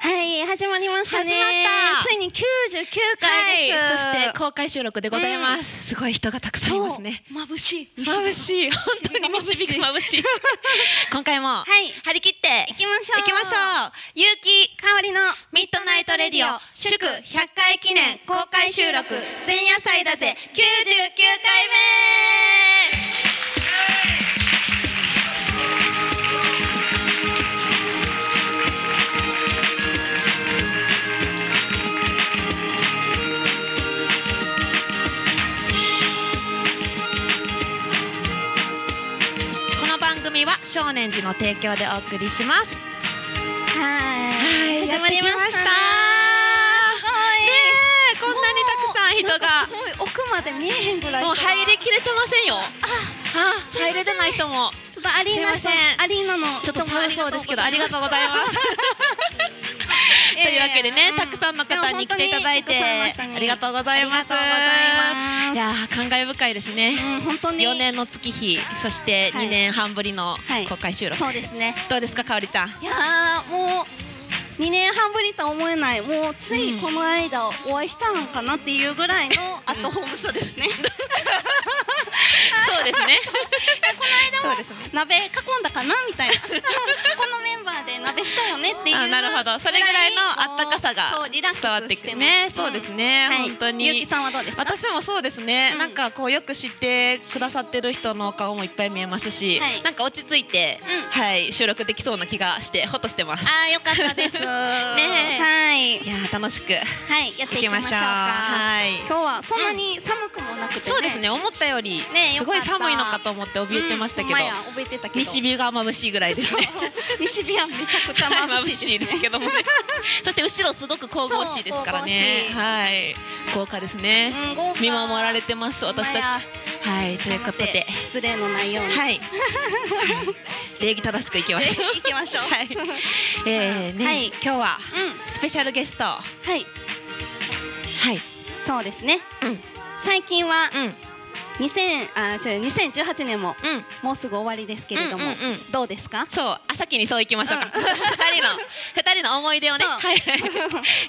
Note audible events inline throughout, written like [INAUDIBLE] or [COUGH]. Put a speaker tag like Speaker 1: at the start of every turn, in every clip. Speaker 1: 始まりましたね
Speaker 2: 始まった
Speaker 1: ついに99回です、
Speaker 2: そして公開収録でございます、すごい人がたくさんいますね
Speaker 1: そう眩しい
Speaker 2: 眩しい本当に
Speaker 1: 西
Speaker 2: 西
Speaker 1: 日
Speaker 2: 日
Speaker 1: が
Speaker 2: が眩 [LAUGHS] しい今回も、
Speaker 1: はい
Speaker 2: 張り切って
Speaker 1: 行きましょう
Speaker 2: 行きましょうゆうき
Speaker 1: 香りの
Speaker 2: ミッドナイトレディオ祝100回記念公開収録前夜祭だぜ99回目この番組は少年寺の提供でお送りします
Speaker 1: はい始まりました
Speaker 2: ねえこんなにたくさん人
Speaker 1: なん
Speaker 2: が
Speaker 1: かすごい奥まで見えへんぐらい人
Speaker 2: もう
Speaker 1: が
Speaker 2: 入りきれてませんよ。あ、入れてない人も。
Speaker 1: ちょっとアリーナ
Speaker 2: す
Speaker 1: さ
Speaker 2: いません
Speaker 1: アリーナの
Speaker 2: ちょっと寒そうですけど、ありがとうご
Speaker 1: い
Speaker 2: ざい [LAUGHS] ま
Speaker 1: ま
Speaker 2: す。
Speaker 1: す
Speaker 2: というわけでね、
Speaker 1: うん
Speaker 2: たくさんの方に来ていただいて、
Speaker 1: でも本当に
Speaker 2: ありがとうございます。
Speaker 1: あ
Speaker 2: い
Speaker 1: りがとうござい
Speaker 2: やー、感慨深いですね。
Speaker 1: ますうん本当に
Speaker 2: 4年の月日、そして
Speaker 1: はい
Speaker 2: 2年半ぶりの
Speaker 1: はい
Speaker 2: 公開収録。
Speaker 1: そうですね
Speaker 2: どうですか、かおりちゃん。
Speaker 1: いやーもう2年半ぶりとは思えないもうついこの間お会いしたのかなっていうぐらいのアットホームさですね、
Speaker 2: そう [LAUGHS] ですね。
Speaker 1: この間
Speaker 2: そう
Speaker 1: は
Speaker 2: ですね。
Speaker 1: 鍋囲んだかなみたいな [LAUGHS] このメンバーで鍋したよねっていう
Speaker 2: あ、なるほど。それぐらいのあったかさ
Speaker 1: もうそ
Speaker 2: が
Speaker 1: うリラックス
Speaker 2: 伝わってき
Speaker 1: して
Speaker 2: て
Speaker 1: ます
Speaker 2: ね。そうですね。
Speaker 1: はい
Speaker 2: 本当に。
Speaker 1: ゆうきさんはどうですか
Speaker 2: 私もそうですね、
Speaker 1: うん
Speaker 2: なんかこうよく知ってくださってる人の顔もいっぱい見えますし、
Speaker 1: はい
Speaker 2: なんか落ち着いて、
Speaker 1: うん
Speaker 2: はい、収録できそうな気がしてほっとしてます
Speaker 1: あーよかった
Speaker 2: [LAUGHS]
Speaker 1: ですね
Speaker 2: え
Speaker 1: はい
Speaker 2: いやー楽しく
Speaker 1: はいやって
Speaker 2: い
Speaker 1: い
Speaker 2: き
Speaker 1: き
Speaker 2: ま
Speaker 1: ま
Speaker 2: し
Speaker 1: し
Speaker 2: ょ
Speaker 1: ょ
Speaker 2: う
Speaker 1: うか
Speaker 2: はい
Speaker 1: 今日はそんなに寒くもなくてね、
Speaker 2: そうですね思ったより
Speaker 1: ね
Speaker 2: すごい寒いのか
Speaker 1: 思
Speaker 2: と思って怯えてましたけど、
Speaker 1: 覚えてたけど
Speaker 2: 西日が眩しいぐらいですね
Speaker 1: 西日はめちゃくちゃ眩しいですね
Speaker 2: けどもねそして後ろすごく神々しいですからね
Speaker 1: そう神
Speaker 2: はい豪華ですね、
Speaker 1: うん豪華
Speaker 2: [LAUGHS] 見守られてます私
Speaker 1: ほ
Speaker 2: た
Speaker 1: んまや
Speaker 2: ちはいということで
Speaker 1: [LAUGHS] 失礼のないように
Speaker 2: はい礼儀正しくいきましょう
Speaker 1: 行きましょう
Speaker 2: はい
Speaker 1: うん
Speaker 2: えーね、
Speaker 1: はい
Speaker 2: 今日はスペシャルゲストは
Speaker 1: はい
Speaker 2: い、
Speaker 1: そうですね
Speaker 2: うん
Speaker 1: 最近は
Speaker 2: うん、うん、
Speaker 1: 2000あ違う2018年ももうすぐ終わりですけれども
Speaker 2: うんうんうん
Speaker 1: どうですか
Speaker 2: そう、あ先にそういきましょうか。
Speaker 1: う
Speaker 2: 二、 [LAUGHS] 人の二人の思い出をね、
Speaker 1: そう
Speaker 2: はい、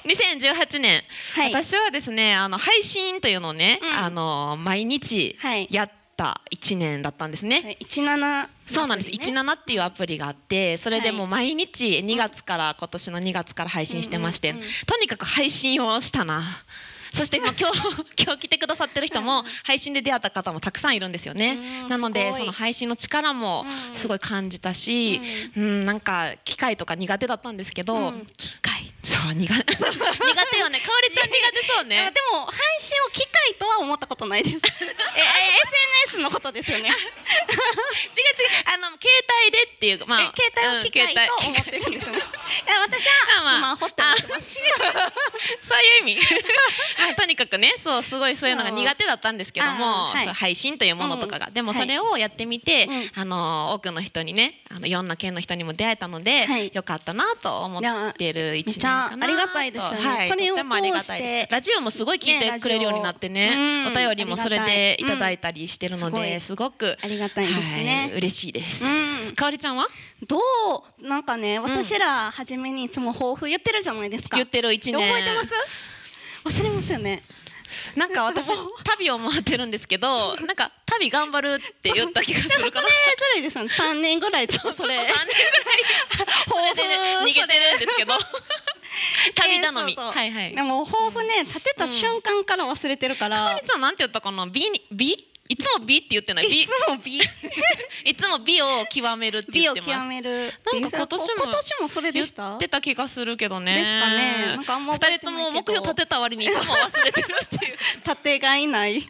Speaker 2: 2018年、
Speaker 1: はい
Speaker 2: 私はですね、あの配信というのをね、
Speaker 1: うん
Speaker 2: あの毎日
Speaker 1: はい
Speaker 2: やった一年だったんですね。
Speaker 1: 17
Speaker 2: そうなんです、
Speaker 1: ね
Speaker 2: 17っていうアプリがあってそれでもう毎日2月から今年の2月から配信してまして、
Speaker 1: うんうんうん
Speaker 2: とにかく配信をしたなそしてもう今日 [LAUGHS] 今日来てくださってる人も配信で出会った方もたくさんいるんですよね、
Speaker 1: うん
Speaker 2: なのです
Speaker 1: ごい
Speaker 2: その配信の力も
Speaker 1: うん
Speaker 2: すごい感じたし、うんなんか機械とか苦手だったんですけど、
Speaker 1: うん
Speaker 2: 機械そう [LAUGHS] 苦苦手よねかおりちゃ [LAUGHS] ん苦手そう
Speaker 1: いや
Speaker 2: ね
Speaker 1: でも配信を機械とは思ったことないです
Speaker 2: [LAUGHS]
Speaker 1: ええ SNS のことですよね
Speaker 2: 違う違うあの携帯でっていうまあ
Speaker 1: え携帯を機械と思ってるんですよね。いや私はス
Speaker 2: まあま
Speaker 1: マ
Speaker 2: あ
Speaker 1: ホって思ってます。
Speaker 2: そうい
Speaker 1: [LAUGHS]
Speaker 2: う意味まあとにかくねそうすごいそういうのが苦手だったんですけども、
Speaker 1: あーはい
Speaker 2: そう配信というものとかが、でも
Speaker 1: はい
Speaker 2: それをやってみて、
Speaker 1: うん
Speaker 2: あの多くの人にねあのいろんな県の人にも出会えたので、
Speaker 1: はい
Speaker 2: よかったなと思ってる一年かな
Speaker 1: めっちゃありがたいですよね
Speaker 2: はい、
Speaker 1: それを
Speaker 2: とてもありがたいで
Speaker 1: 通し
Speaker 2: すラジオもすごい聞い
Speaker 1: ね
Speaker 2: て
Speaker 1: ラジオ
Speaker 2: くれるようになってね
Speaker 1: うん
Speaker 2: お便りもそれでいただいたりしてるので、
Speaker 1: ありがたいうん
Speaker 2: すごく
Speaker 1: ありがたいです
Speaker 2: はい、
Speaker 1: ね。
Speaker 2: 嬉しいです。
Speaker 1: うん、
Speaker 2: かおりちゃんは
Speaker 1: どうなんかね私ら初めにいつも抱負言ってるじゃないですか。
Speaker 2: 言ってる一年
Speaker 1: 覚えてます？忘れますよね。
Speaker 2: なんか私旅を回ってるんですけどなんか旅頑張るって言った気がするかな
Speaker 1: えずるいですよね。三年ぐらいちょっと [LAUGHS] それ
Speaker 2: 3年ぐらい
Speaker 1: 抱負
Speaker 2: で
Speaker 1: [LAUGHS]
Speaker 2: ね逃げてるんですけど旅頼み、
Speaker 1: えーそうそう
Speaker 2: はいはい
Speaker 1: でも抱負ね立てた瞬間から忘れてるか
Speaker 2: からり。ちゃんなんて言ったかな美に美いつも美って言ってない美
Speaker 1: いつも美
Speaker 2: いつも美を極めるって
Speaker 1: 美
Speaker 2: 言
Speaker 1: を
Speaker 2: って
Speaker 1: 極
Speaker 2: ます
Speaker 1: める
Speaker 2: なんか今年も
Speaker 1: 今年もそれで
Speaker 2: 言っ
Speaker 1: した
Speaker 2: てた気がするけどね
Speaker 1: ですかねなんかあんま覚
Speaker 2: 2
Speaker 1: え
Speaker 2: 人
Speaker 1: て
Speaker 2: と
Speaker 1: ないけど
Speaker 2: も目標立てた割にいつも忘れてるってい
Speaker 1: 立てがいない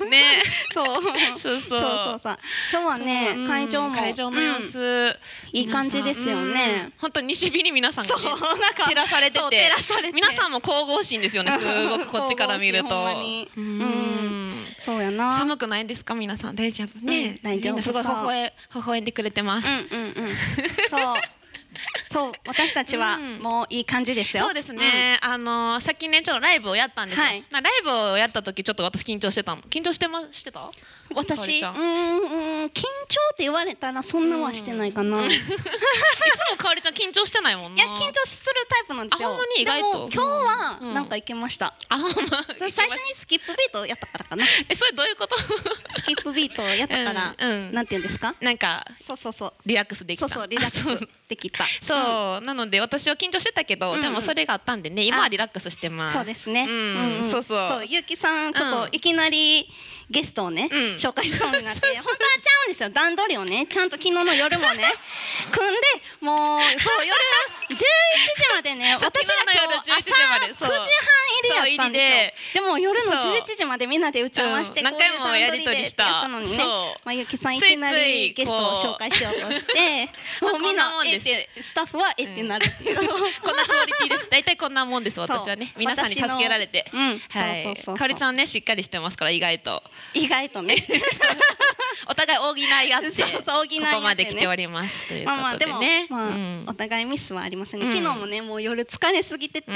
Speaker 2: うね
Speaker 1: [LAUGHS] そう
Speaker 2: そうそ
Speaker 1: [LAUGHS] そうそ
Speaker 2: う
Speaker 1: うそう今日はね
Speaker 2: そううん
Speaker 1: 会場も
Speaker 2: 会場の様
Speaker 1: うん
Speaker 2: 子、
Speaker 1: いい感じですよね
Speaker 2: 本当に西日に皆さんがね、
Speaker 1: なんか
Speaker 2: 照らされて
Speaker 1: そう
Speaker 2: て
Speaker 1: 照らされて
Speaker 2: 皆さんも神々しい
Speaker 1: [LAUGHS]
Speaker 2: んですよねすごくこっちから見ると
Speaker 1: 神々しいほんまに
Speaker 2: うん
Speaker 1: そうやな
Speaker 2: 寒くないですか皆さん大丈夫ね、
Speaker 1: うん大丈夫
Speaker 2: みんなすごい微
Speaker 1: そう
Speaker 2: 笑微笑んでくれてます、
Speaker 1: うんうん
Speaker 2: [LAUGHS]
Speaker 1: うんそうそう私たちは
Speaker 2: うん
Speaker 1: もういい感じですよ
Speaker 2: そうですね、あのさっきねちょっとライブをやったんですよ、
Speaker 1: はい
Speaker 2: なライブをやった時ちょっと私緊張してたの緊張してましてた
Speaker 1: うん私う
Speaker 2: かおりちゃん
Speaker 1: ーん緊張って言われたらそんなはしてないかな、
Speaker 2: うん [LAUGHS]
Speaker 1: いや
Speaker 2: もかおりちゃん緊張してないもんな。
Speaker 1: 緊張するタイプなんですよ
Speaker 2: あほんまに意外と
Speaker 1: でも今日
Speaker 2: う
Speaker 1: は
Speaker 2: ん
Speaker 1: なんかいけました、
Speaker 2: あ、ほんま。
Speaker 1: そう最初にスキップビートやったからかな
Speaker 2: え、それどういうこと？
Speaker 1: スキップビートやったから、
Speaker 2: うんうん
Speaker 1: なんて言うんですか
Speaker 2: なんか
Speaker 1: そうそうそう
Speaker 2: リラックスでき
Speaker 1: そ
Speaker 2: た。
Speaker 1: うそうリラッ
Speaker 2: あそ
Speaker 1: ク
Speaker 2: う
Speaker 1: スできた
Speaker 2: そう、なので私は緊張してたけど、
Speaker 1: うん
Speaker 2: でもそれがあったんでね、今はリラックスして
Speaker 1: うん
Speaker 2: ます。
Speaker 1: そうですね、
Speaker 2: うんそうそう
Speaker 1: そうゆうきさんちょっ
Speaker 2: う
Speaker 1: と
Speaker 2: ん
Speaker 1: いきなりゲストをね、
Speaker 2: うん
Speaker 1: 紹介しそうになって本当はちゃうんですよ段取りをねちゃんと昨日の夜もね
Speaker 2: [LAUGHS]
Speaker 1: 組んでもうそう夜11時までね私
Speaker 2: [LAUGHS] そう
Speaker 1: ら今日
Speaker 2: 昨日の夜11時ま
Speaker 1: 朝
Speaker 2: でそう
Speaker 1: 9時半入りやったんですよでも夜の
Speaker 2: そう
Speaker 1: 11時までみんなで打ち合わせして
Speaker 2: うん何回もやりと
Speaker 1: と
Speaker 2: りした。
Speaker 1: のにね
Speaker 2: そう。
Speaker 1: まあ、ゆきさんい
Speaker 2: ついつい
Speaker 1: きなりゲストを紹介しようとして
Speaker 2: こう
Speaker 1: もうみん
Speaker 2: [LAUGHS] まあこ
Speaker 1: な
Speaker 2: んなも
Speaker 1: んえ
Speaker 2: で
Speaker 1: っ
Speaker 2: す
Speaker 1: てスタッフはえってなるっていう、
Speaker 2: [LAUGHS] こんなクオリティです。大体こんなもんです。私はね、
Speaker 1: そう
Speaker 2: 皆さんに助けられて。
Speaker 1: うん、
Speaker 2: は
Speaker 1: そうそ
Speaker 2: い、
Speaker 1: うそうそう
Speaker 2: かおりちゃんねしっかりしてますから意外と
Speaker 1: 意外と
Speaker 2: [LAUGHS]
Speaker 1: ね
Speaker 2: お互い大ぎないがあって
Speaker 1: そうそう補い合ってね
Speaker 2: ここままで来ておりますというこ
Speaker 1: まあまあ
Speaker 2: と
Speaker 1: で
Speaker 2: で
Speaker 1: も、
Speaker 2: ね、
Speaker 1: まあ
Speaker 2: うん
Speaker 1: お互いミスはありませんね、
Speaker 2: うん
Speaker 1: 昨日もねもう夜疲れすぎてて、
Speaker 2: う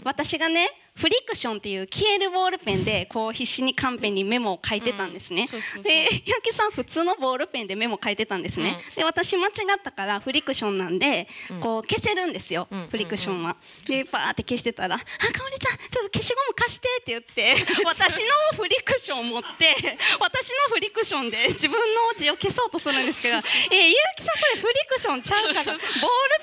Speaker 2: ん
Speaker 1: 私がねフリクションっていう消えるボールペンでこう必死にカンペにメモを書いてたんですね、
Speaker 2: うそうそうそう
Speaker 1: でゆきさん普通のボールペンでメモ書いてたんですね、で私間違ったからフリクションなんで
Speaker 2: うん
Speaker 1: こう消せるんですよ、
Speaker 2: うん
Speaker 1: フリクションは、でバーって消してたら「あかおりちゃんちょっと消しゴム貸して」って言って
Speaker 2: [LAUGHS]
Speaker 1: 私のフリクションを持って私のフリクションで自分の字を消そうとするんですけど「えゆうきさんそれフリクションちゃうからボール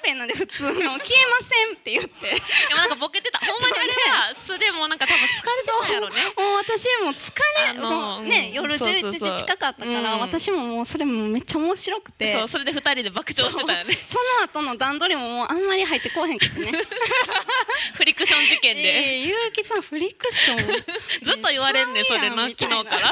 Speaker 1: ペンなんで普通の消えません」って言
Speaker 2: [LAUGHS]
Speaker 1: って
Speaker 2: でもなんかボケてた。ほんまにあれは素でもなんか多分疲れてたんやろね。
Speaker 1: もう私もう疲れ
Speaker 2: あの
Speaker 1: もうね
Speaker 2: うん
Speaker 1: 夜
Speaker 2: そうそ
Speaker 1: 11
Speaker 2: う
Speaker 1: 時
Speaker 2: そう
Speaker 1: 近かったから
Speaker 2: うん
Speaker 1: 私ももうそれもめっちゃ面白くて。
Speaker 2: そう、それで二人で爆笑してたよね。
Speaker 1: その後の段取りももうあんまり入ってこうへんけどね。
Speaker 2: フリクション事件で、
Speaker 1: えー、ゆうきさんフリクション
Speaker 2: [LAUGHS] ずっと言われんねん、それの昨日から。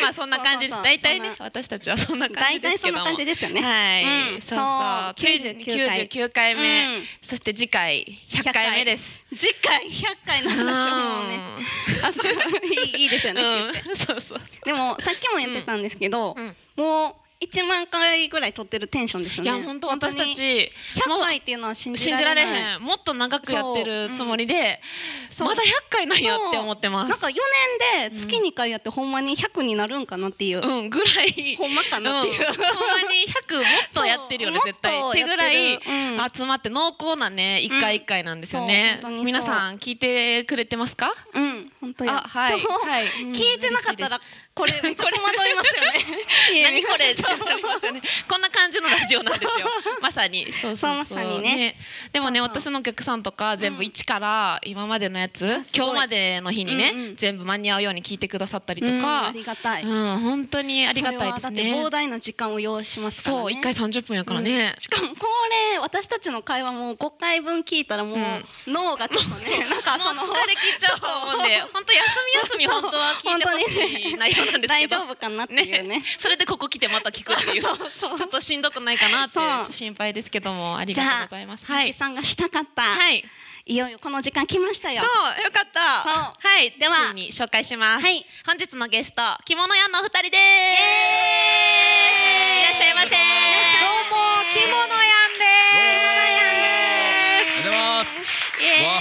Speaker 2: まあそんな感じで
Speaker 1: そうそうそ
Speaker 2: す。
Speaker 1: う
Speaker 2: 大体
Speaker 1: そ
Speaker 2: ね
Speaker 1: ん、
Speaker 2: 私たちはそんな感
Speaker 1: 大
Speaker 2: じで
Speaker 1: 体
Speaker 2: す
Speaker 1: そ
Speaker 2: け
Speaker 1: ん
Speaker 2: ど
Speaker 1: な
Speaker 2: も。
Speaker 1: 感じですよね。
Speaker 2: はい、
Speaker 1: うん
Speaker 2: そうそう、九十
Speaker 1: 99回
Speaker 2: 九回目、
Speaker 1: うん
Speaker 2: そして次回百回目です。
Speaker 1: 次回100回の話はもうね、あそういいいいですよ
Speaker 2: うん、
Speaker 1: ね、
Speaker 2: う
Speaker 1: っ
Speaker 2: ん
Speaker 1: て言って
Speaker 2: [LAUGHS] そうそう。
Speaker 1: でもさっきも言ってたんですけど、
Speaker 2: うん
Speaker 1: もう1万回ぐらい撮ってるテンションですよ
Speaker 2: い
Speaker 1: ね。
Speaker 2: や本当私た
Speaker 1: 本
Speaker 2: ち
Speaker 1: 当に100
Speaker 2: もう
Speaker 1: 回っていうのは信じ
Speaker 2: 信
Speaker 1: ら
Speaker 2: じ
Speaker 1: れ
Speaker 2: られ
Speaker 1: ない。
Speaker 2: へん。もっと長くやってるつもりで、
Speaker 1: そう
Speaker 2: まだ百回なんやって思ってます
Speaker 1: なん。か4年で月2回やってほんまに100になるんかなっていう、
Speaker 2: うんぐらい、
Speaker 1: ほんまか
Speaker 2: うん、ほ
Speaker 1: なっ
Speaker 2: んま
Speaker 1: ていう。
Speaker 2: に100もっとやってるよね
Speaker 1: [LAUGHS] そう
Speaker 2: 絶対
Speaker 1: も
Speaker 2: っ
Speaker 1: ってて
Speaker 2: ぐらい
Speaker 1: やってるうん
Speaker 2: 集まって濃厚なね一回一回なんですよね、
Speaker 1: そう本当にそう
Speaker 2: 皆さん聞いてくれてますか
Speaker 1: うん、本当や
Speaker 2: あはい、
Speaker 1: 今日 [LAUGHS]
Speaker 2: はい、うん
Speaker 1: 聞いてなかったらこれ [LAUGHS] めっちゃ戸惑いますよね
Speaker 2: 嬉しいです。何これって
Speaker 1: そう
Speaker 2: なりますよね。こんな感じのラジオなんですよ。
Speaker 1: [LAUGHS]
Speaker 2: まさに。そう
Speaker 1: そうまさにね。
Speaker 2: でもね、
Speaker 1: そうそう
Speaker 2: 私のお客さんとか全
Speaker 1: う
Speaker 2: 部
Speaker 1: ん
Speaker 2: 一から今までのやつ、
Speaker 1: あすごい
Speaker 2: 今日までの日に
Speaker 1: うんう
Speaker 2: ね
Speaker 1: ん、
Speaker 2: 全部間に合うように聞いてくださったりと
Speaker 1: うん
Speaker 2: か
Speaker 1: あ、りがたい、
Speaker 2: うん、本当にありがたいです
Speaker 1: それはだって
Speaker 2: ね
Speaker 1: 膨。大な時間を要しますからね
Speaker 2: そう、一回三十分やからね
Speaker 1: うん。しかもこれ私たちの会話も5回分聞いたらもう、
Speaker 2: うん
Speaker 1: 脳がちょっとねなんか
Speaker 2: もう
Speaker 1: その
Speaker 2: 疲れ切っちゃうと思うんで、本当休み休み
Speaker 1: そう
Speaker 2: 本当は聞いてほしい内容なんですけ
Speaker 1: 大
Speaker 2: ど
Speaker 1: 丈、夫かなっていうね
Speaker 2: それでここ来てまた聞くっていう。
Speaker 1: そう
Speaker 2: ちょっとしんどくないかなって
Speaker 1: そう
Speaker 2: 心配ですけどもあり
Speaker 1: じ
Speaker 2: がと
Speaker 1: ゃ
Speaker 2: う
Speaker 1: あ
Speaker 2: ございます。
Speaker 1: は、
Speaker 2: はいい。
Speaker 1: さんがしたかった、い、
Speaker 2: はい。
Speaker 1: よいよこの時間来ました
Speaker 2: そう
Speaker 1: よ
Speaker 2: よかった。はい。で
Speaker 1: は
Speaker 2: はに紹介します。
Speaker 1: はい
Speaker 2: 本日のゲスト着物屋のお二人です。いらっしゃいませ。ど
Speaker 1: どうも着物屋ん
Speaker 3: おはようございます。
Speaker 2: イエーイ
Speaker 3: わ
Speaker 2: は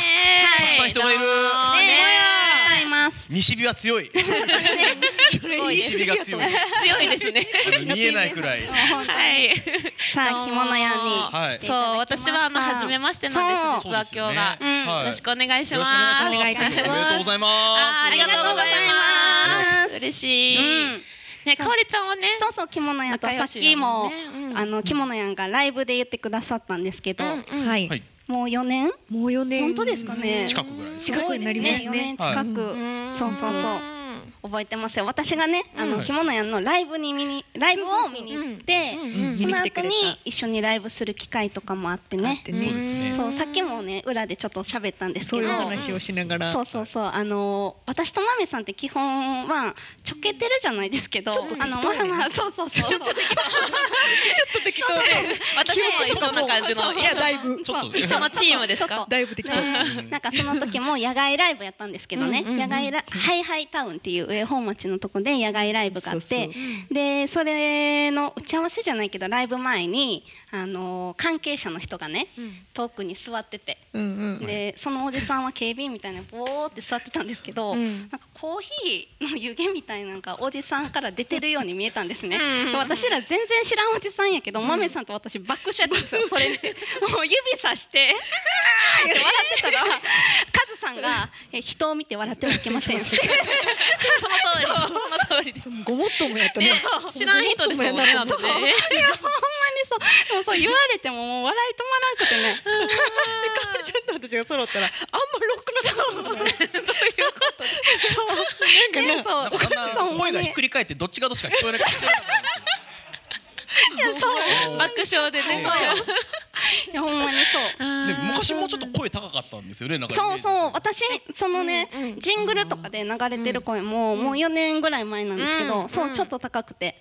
Speaker 2: い
Speaker 3: たくさん人がいる
Speaker 2: どうも
Speaker 1: ねえあ
Speaker 2: ね
Speaker 1: りがとうござい [LAUGHS] ます
Speaker 3: 西日は強い。西日が [LAUGHS] 強い。
Speaker 2: 強いですね。
Speaker 3: あの見えないくらい。
Speaker 1: [LAUGHS]
Speaker 2: はい。
Speaker 1: さあ着物屋に
Speaker 3: はい。
Speaker 1: いただ
Speaker 3: よ
Speaker 1: きました
Speaker 2: [LAUGHS] そう私はあの初めましてなんです。
Speaker 3: そ
Speaker 2: 実
Speaker 3: う
Speaker 2: は今日が
Speaker 3: そうですよねはい
Speaker 2: よろしくお願いし
Speaker 3: ろ
Speaker 2: ま
Speaker 3: しくお
Speaker 2: す。
Speaker 3: 願いします。おめでとうご
Speaker 2: います。
Speaker 3: ざいま
Speaker 2: あーありがとう
Speaker 1: ありがとうご
Speaker 2: ござい
Speaker 1: ざいま
Speaker 2: ますす。嬉しい。
Speaker 1: うん
Speaker 2: ねかおりちゃんはね。
Speaker 1: そうそう着物屋と
Speaker 2: 仲
Speaker 1: さ
Speaker 2: 良
Speaker 1: っ
Speaker 2: し
Speaker 1: き
Speaker 2: だ
Speaker 1: も
Speaker 2: んねうん
Speaker 1: あの着物屋がライブで言ってくださったんですけど
Speaker 4: は。
Speaker 3: す。はいい。
Speaker 1: もう4年
Speaker 4: もう4年。
Speaker 1: 本当ですかね
Speaker 3: 近くぐらいです
Speaker 4: 近くになりますね
Speaker 1: 4年近くそうそうそう覚えてますよ私がねあ
Speaker 2: う
Speaker 1: の
Speaker 3: ん
Speaker 1: 着物屋のライブに見にライブを見に行って
Speaker 3: うん
Speaker 1: その
Speaker 4: 見
Speaker 1: 後
Speaker 4: に来てくれ
Speaker 1: に
Speaker 4: た
Speaker 1: 一緒にライブする機会とかもあって
Speaker 4: あ
Speaker 1: ね
Speaker 4: って
Speaker 3: そうですね
Speaker 1: そうさっきもね裏でちょっと喋ったんですけ
Speaker 4: そう
Speaker 1: ど
Speaker 4: いう話をしながら。
Speaker 1: そうそうそうあの私とまめさんって基本はちょけてるじゃないですけど
Speaker 4: ちょっと適
Speaker 1: あの
Speaker 4: 当
Speaker 1: ま
Speaker 4: や
Speaker 1: あ
Speaker 4: ね
Speaker 1: まあそうそうそう
Speaker 4: ちょっと適当。ちょっと適
Speaker 2: 私も一緒な感じの
Speaker 4: 当。いやだいぶ
Speaker 3: ちょっと
Speaker 2: 一緒のチームですか
Speaker 4: だいぶ適当。
Speaker 1: ねなんかその時も野外ライブやったんですけどね
Speaker 2: うんうんうん
Speaker 1: 野外ラハイハイタウンっていう上本町のとこで野外ライブがあって
Speaker 4: そう
Speaker 1: でそれの打ち合わせじゃないけどライブ前にあの関係者の人がね
Speaker 2: うん
Speaker 1: 遠くに座ってて
Speaker 4: うんうん。
Speaker 1: でそのおじさんは警備員みたいなボーって座ってたんですけど、
Speaker 2: うん
Speaker 1: なんかコーヒーの湯気みたいなのがおじさんから出てるように見えたんですね。
Speaker 2: うん
Speaker 1: で [LAUGHS] 私ら全然知らんおじさんやけど、
Speaker 2: うん
Speaker 1: マメさんと私バックしちゃったんですよ。それでもう指さしてって笑ってたら、カズさん
Speaker 2: [LAUGHS]
Speaker 1: がえ人を見て笑ってはいけませんって。
Speaker 2: その通りその通りです
Speaker 4: そのごもっともやったね
Speaker 2: ね。知らん人ですもんね
Speaker 4: ごもっともやな
Speaker 2: あのね
Speaker 1: いやほんまにそう。でもそう言われてももう笑い止まらんくてね。
Speaker 4: あれちょっと私が揃ったらあんまロックなとこない。
Speaker 1: ねそう
Speaker 3: なんか
Speaker 1: おかしいそう
Speaker 3: 声がひっくり返ってどっちがどっちか聞こえなくて。いやそう
Speaker 2: 爆笑でね
Speaker 3: そう
Speaker 1: いやほんまにそう。
Speaker 3: で昔もうちょっと声高かったんですよねなんかイメ
Speaker 1: そ
Speaker 3: ー
Speaker 1: う
Speaker 3: ジ
Speaker 1: そう私そのね、
Speaker 2: うんうん
Speaker 1: ジングルとかで流れてる声も、
Speaker 2: うん
Speaker 1: もう4年ぐらい前なんですけど、
Speaker 2: うん
Speaker 1: そううんちょっと高くて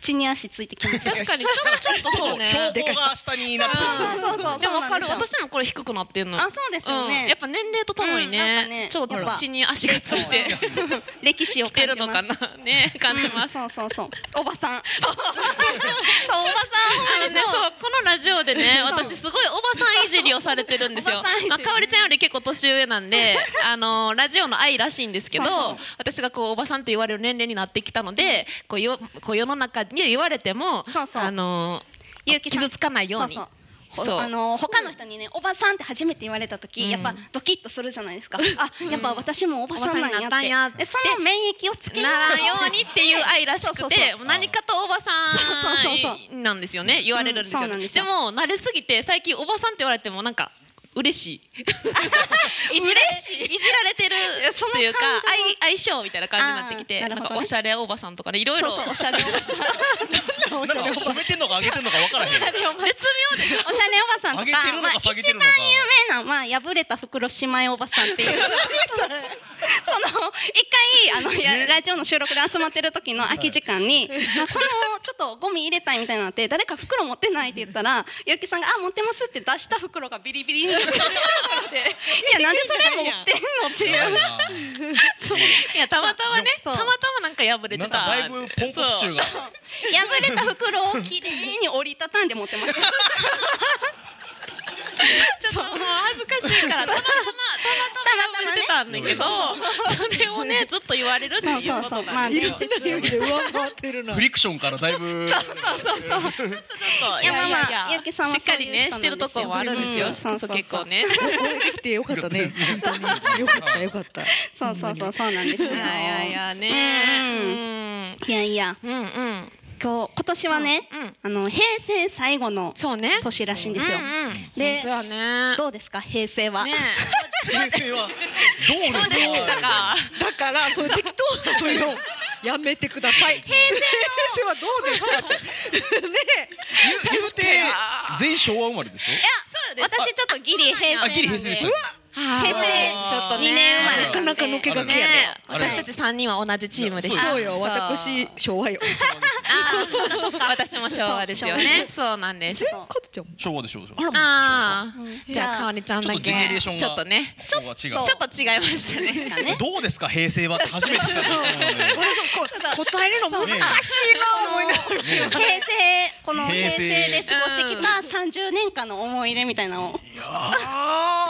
Speaker 1: 血に足ついてきました
Speaker 2: 確かにちょちょっとそうね
Speaker 3: 標高が下になって
Speaker 1: あーそうそうそう
Speaker 2: でもわか
Speaker 1: そ
Speaker 2: る
Speaker 1: うなんです
Speaker 2: 私もこれ低くなってんの
Speaker 1: よあそうですよ
Speaker 2: うんや
Speaker 1: ね
Speaker 2: っ、ぱ年齢とともに
Speaker 1: うんな
Speaker 2: ね,、
Speaker 1: んかね
Speaker 2: ちょっ
Speaker 1: やっ
Speaker 2: と
Speaker 1: ぱ
Speaker 2: 血に足がついて
Speaker 3: る。
Speaker 1: 歴史を
Speaker 2: [LAUGHS] 来
Speaker 1: 感
Speaker 2: てる
Speaker 1: じま
Speaker 2: の
Speaker 1: す
Speaker 2: かなね感じます、
Speaker 1: うんそうそう
Speaker 2: [LAUGHS]
Speaker 1: そうおばさんそうおばさん
Speaker 2: あのね、そうこのラジオでね
Speaker 1: そう
Speaker 2: 私すごいおばさんいじりをされてるんですよ
Speaker 1: おばさんいじり
Speaker 2: まあ、かおりちゃんより結構年上なんで
Speaker 1: [LAUGHS]
Speaker 2: あのラジオの愛らしいんですけど
Speaker 1: そう
Speaker 2: 私がこうおばさんって言われる年齢になってきたのでこうよこう世の中に言われても
Speaker 1: そうそう
Speaker 2: あの
Speaker 1: 結城さん
Speaker 2: 傷つかないように
Speaker 1: そうそう
Speaker 2: そう
Speaker 1: ほあの他の人にね「おばさん」って初めて言われた時、
Speaker 2: うん
Speaker 1: やっぱドキッとするじゃない
Speaker 2: [LAUGHS]
Speaker 1: ですかあやっぱ私もおばさんなんや
Speaker 2: おばさんにな
Speaker 1: っ
Speaker 2: った
Speaker 1: てで
Speaker 2: んやって
Speaker 1: その免疫をつけ
Speaker 2: ならんよう [LAUGHS] にっていう愛らしくて
Speaker 1: そうそうそう
Speaker 2: もう何かとおば
Speaker 1: そうそう
Speaker 2: さ
Speaker 1: そ
Speaker 2: んなんですよね言われるんですよ
Speaker 1: うんそうな
Speaker 2: ね、
Speaker 1: ん
Speaker 2: で
Speaker 1: ですよ
Speaker 2: も慣れすぎて最近おばさんって言われてもなんか嬉しい [LAUGHS] いじら
Speaker 1: 嬉しい
Speaker 2: いじられてるっていう
Speaker 1: い
Speaker 2: か
Speaker 1: やその感情
Speaker 2: 愛相性みたいな感じになってきて
Speaker 1: あー
Speaker 2: な,、
Speaker 1: なるほ
Speaker 2: ん
Speaker 1: どね
Speaker 2: かおしゃれおばさんとかでいろいろ
Speaker 1: そうそうおしゃれおばさん
Speaker 3: なんか褒めてんのか上げてんのか分からへん。
Speaker 2: 絶妙でしょ
Speaker 1: おしゃれおばさんとか
Speaker 3: 上げてるの
Speaker 1: まあ、
Speaker 3: か
Speaker 1: 一
Speaker 3: 下
Speaker 1: 番
Speaker 3: げ
Speaker 1: 有
Speaker 3: てるのか
Speaker 1: 名な、まあ、破れた袋しまいおばさん [LAUGHS] っていうその一回あのやラジオの収録で集まってる時の空き時間に、あこのちょっとゴミ入れたいみたいになって誰か袋持ってないって言ったら結城さんが「あ持ってます」って出した袋がビリビリに [LAUGHS] なってて「いやなんでそれ持ってんの?」って
Speaker 3: やば
Speaker 1: い。
Speaker 3: いう
Speaker 2: い
Speaker 3: な。
Speaker 2: やたまたまね
Speaker 1: そ
Speaker 2: た
Speaker 1: う
Speaker 2: またまなんか破れて
Speaker 3: な
Speaker 2: た
Speaker 3: んかだいぶポンコツ臭が。
Speaker 1: 破れた袋をきれいに折りたたんで持ってました。
Speaker 2: ちょっともう恥ずかしいからたまたまたまたま破れてたんだけど、それをねずっと言われるっていう
Speaker 1: そう
Speaker 2: こと
Speaker 1: そうそうま
Speaker 2: な
Speaker 1: あ
Speaker 2: んで
Speaker 1: ね
Speaker 2: す
Speaker 4: い
Speaker 2: よ
Speaker 4: ろんな意味で上回ってるな
Speaker 3: フ。リクションからだいぶ。
Speaker 1: そうそうそう
Speaker 2: ちょっと
Speaker 1: いやまあまあ
Speaker 2: いやいや
Speaker 1: ゆきさんは
Speaker 2: しっかりね
Speaker 1: そ
Speaker 2: し
Speaker 1: う
Speaker 2: て
Speaker 1: いう人なんですよ
Speaker 2: るとこもあるんです
Speaker 1: う
Speaker 2: よ。
Speaker 1: んそうそうそう
Speaker 2: 結構ね。
Speaker 4: これできてよかったね。本当によかったよかった。
Speaker 1: そうそうそうそうなんです
Speaker 2: い
Speaker 1: よ。
Speaker 2: やいやいや
Speaker 1: うん
Speaker 2: ね。
Speaker 1: いやいや
Speaker 2: うんうんうん。
Speaker 1: 今日今年はね、
Speaker 2: うん。
Speaker 1: あの平成最後の
Speaker 2: そうね。
Speaker 1: 年らしいんですよ。
Speaker 2: うんうん
Speaker 1: で
Speaker 2: 本当やね。
Speaker 1: どうですか平成は、
Speaker 2: ね。
Speaker 3: 平成はど
Speaker 2: ど
Speaker 3: う
Speaker 2: う
Speaker 3: で
Speaker 2: ですし
Speaker 3: か
Speaker 2: た。か。
Speaker 4: だからそういう適当な問いをやめてください。平成はどうですかって。
Speaker 3: 言うて全昭和生まれでしょ。
Speaker 2: そう
Speaker 1: 私ちょっとギリ平成なん
Speaker 3: あ
Speaker 1: で
Speaker 3: ギリ平成でした。
Speaker 2: 平
Speaker 1: 平
Speaker 3: 成
Speaker 2: ちょっとね
Speaker 1: 二年生まれ
Speaker 4: なかなかのけがけやね。
Speaker 2: ね。
Speaker 3: あれ
Speaker 2: 私たち三人は同じチームでした。
Speaker 4: そうよ私昭和よ。
Speaker 2: あーそっか私も昭和ですよね。そうなんです。
Speaker 1: ちょっ
Speaker 4: カズちゃんも。
Speaker 3: 昭和でしょうでしょ。
Speaker 2: あ
Speaker 1: とうん
Speaker 2: あ。じゃあかおりちゃんだけ
Speaker 3: ちょっとジェネレーションが
Speaker 2: ちょっとね
Speaker 3: ちょっと違
Speaker 2: ちょっと違いましたね。
Speaker 1: だね
Speaker 3: どうですか平成はって初めて聞いたと思う
Speaker 4: 私もこう答えるの難しいな思いながら。
Speaker 3: んでね
Speaker 1: 平成この
Speaker 3: 平
Speaker 1: 平
Speaker 3: 成
Speaker 1: 成で過ごしてきた30年間の思い出みたいなのを
Speaker 3: え。いや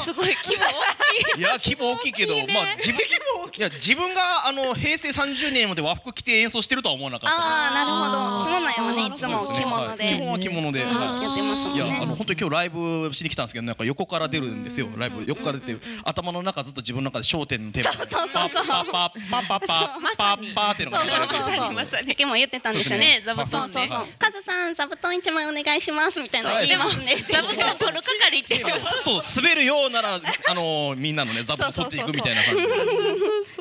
Speaker 2: すごい規模
Speaker 3: ーいや規模大きいけどまあ自分いや自分があの平成30年まで和服着て演奏してるとは思わなかった
Speaker 1: ああなる
Speaker 2: あー
Speaker 1: ほど着物やもんねいつ
Speaker 3: から。
Speaker 1: も
Speaker 3: そう
Speaker 1: 着物
Speaker 3: すねはい
Speaker 1: で
Speaker 3: 基本は着物で。
Speaker 2: 大きい
Speaker 3: はい
Speaker 1: やってますもん
Speaker 3: い
Speaker 1: ね
Speaker 3: やあの本当に今日ライブしに来たんですけどなんか横から出るんですよライブ横から出て頭の中ずっと自分の中で焦点のテーマが
Speaker 1: そうそうそうそう
Speaker 3: パッパッパッパッパッパッパッっていうのが
Speaker 1: そうそうそうそう
Speaker 3: 流れて
Speaker 1: さっきも言ってたんですよね
Speaker 2: ね座布
Speaker 1: そう
Speaker 2: 団
Speaker 1: そう
Speaker 2: ね
Speaker 1: そうカズさん座布団一枚お願いしますみたいなの言いますね
Speaker 2: 座布 [LAUGHS] 団取る係っていう
Speaker 3: そう滑るようならあのみんなのね座布を取っていくみたいな感じで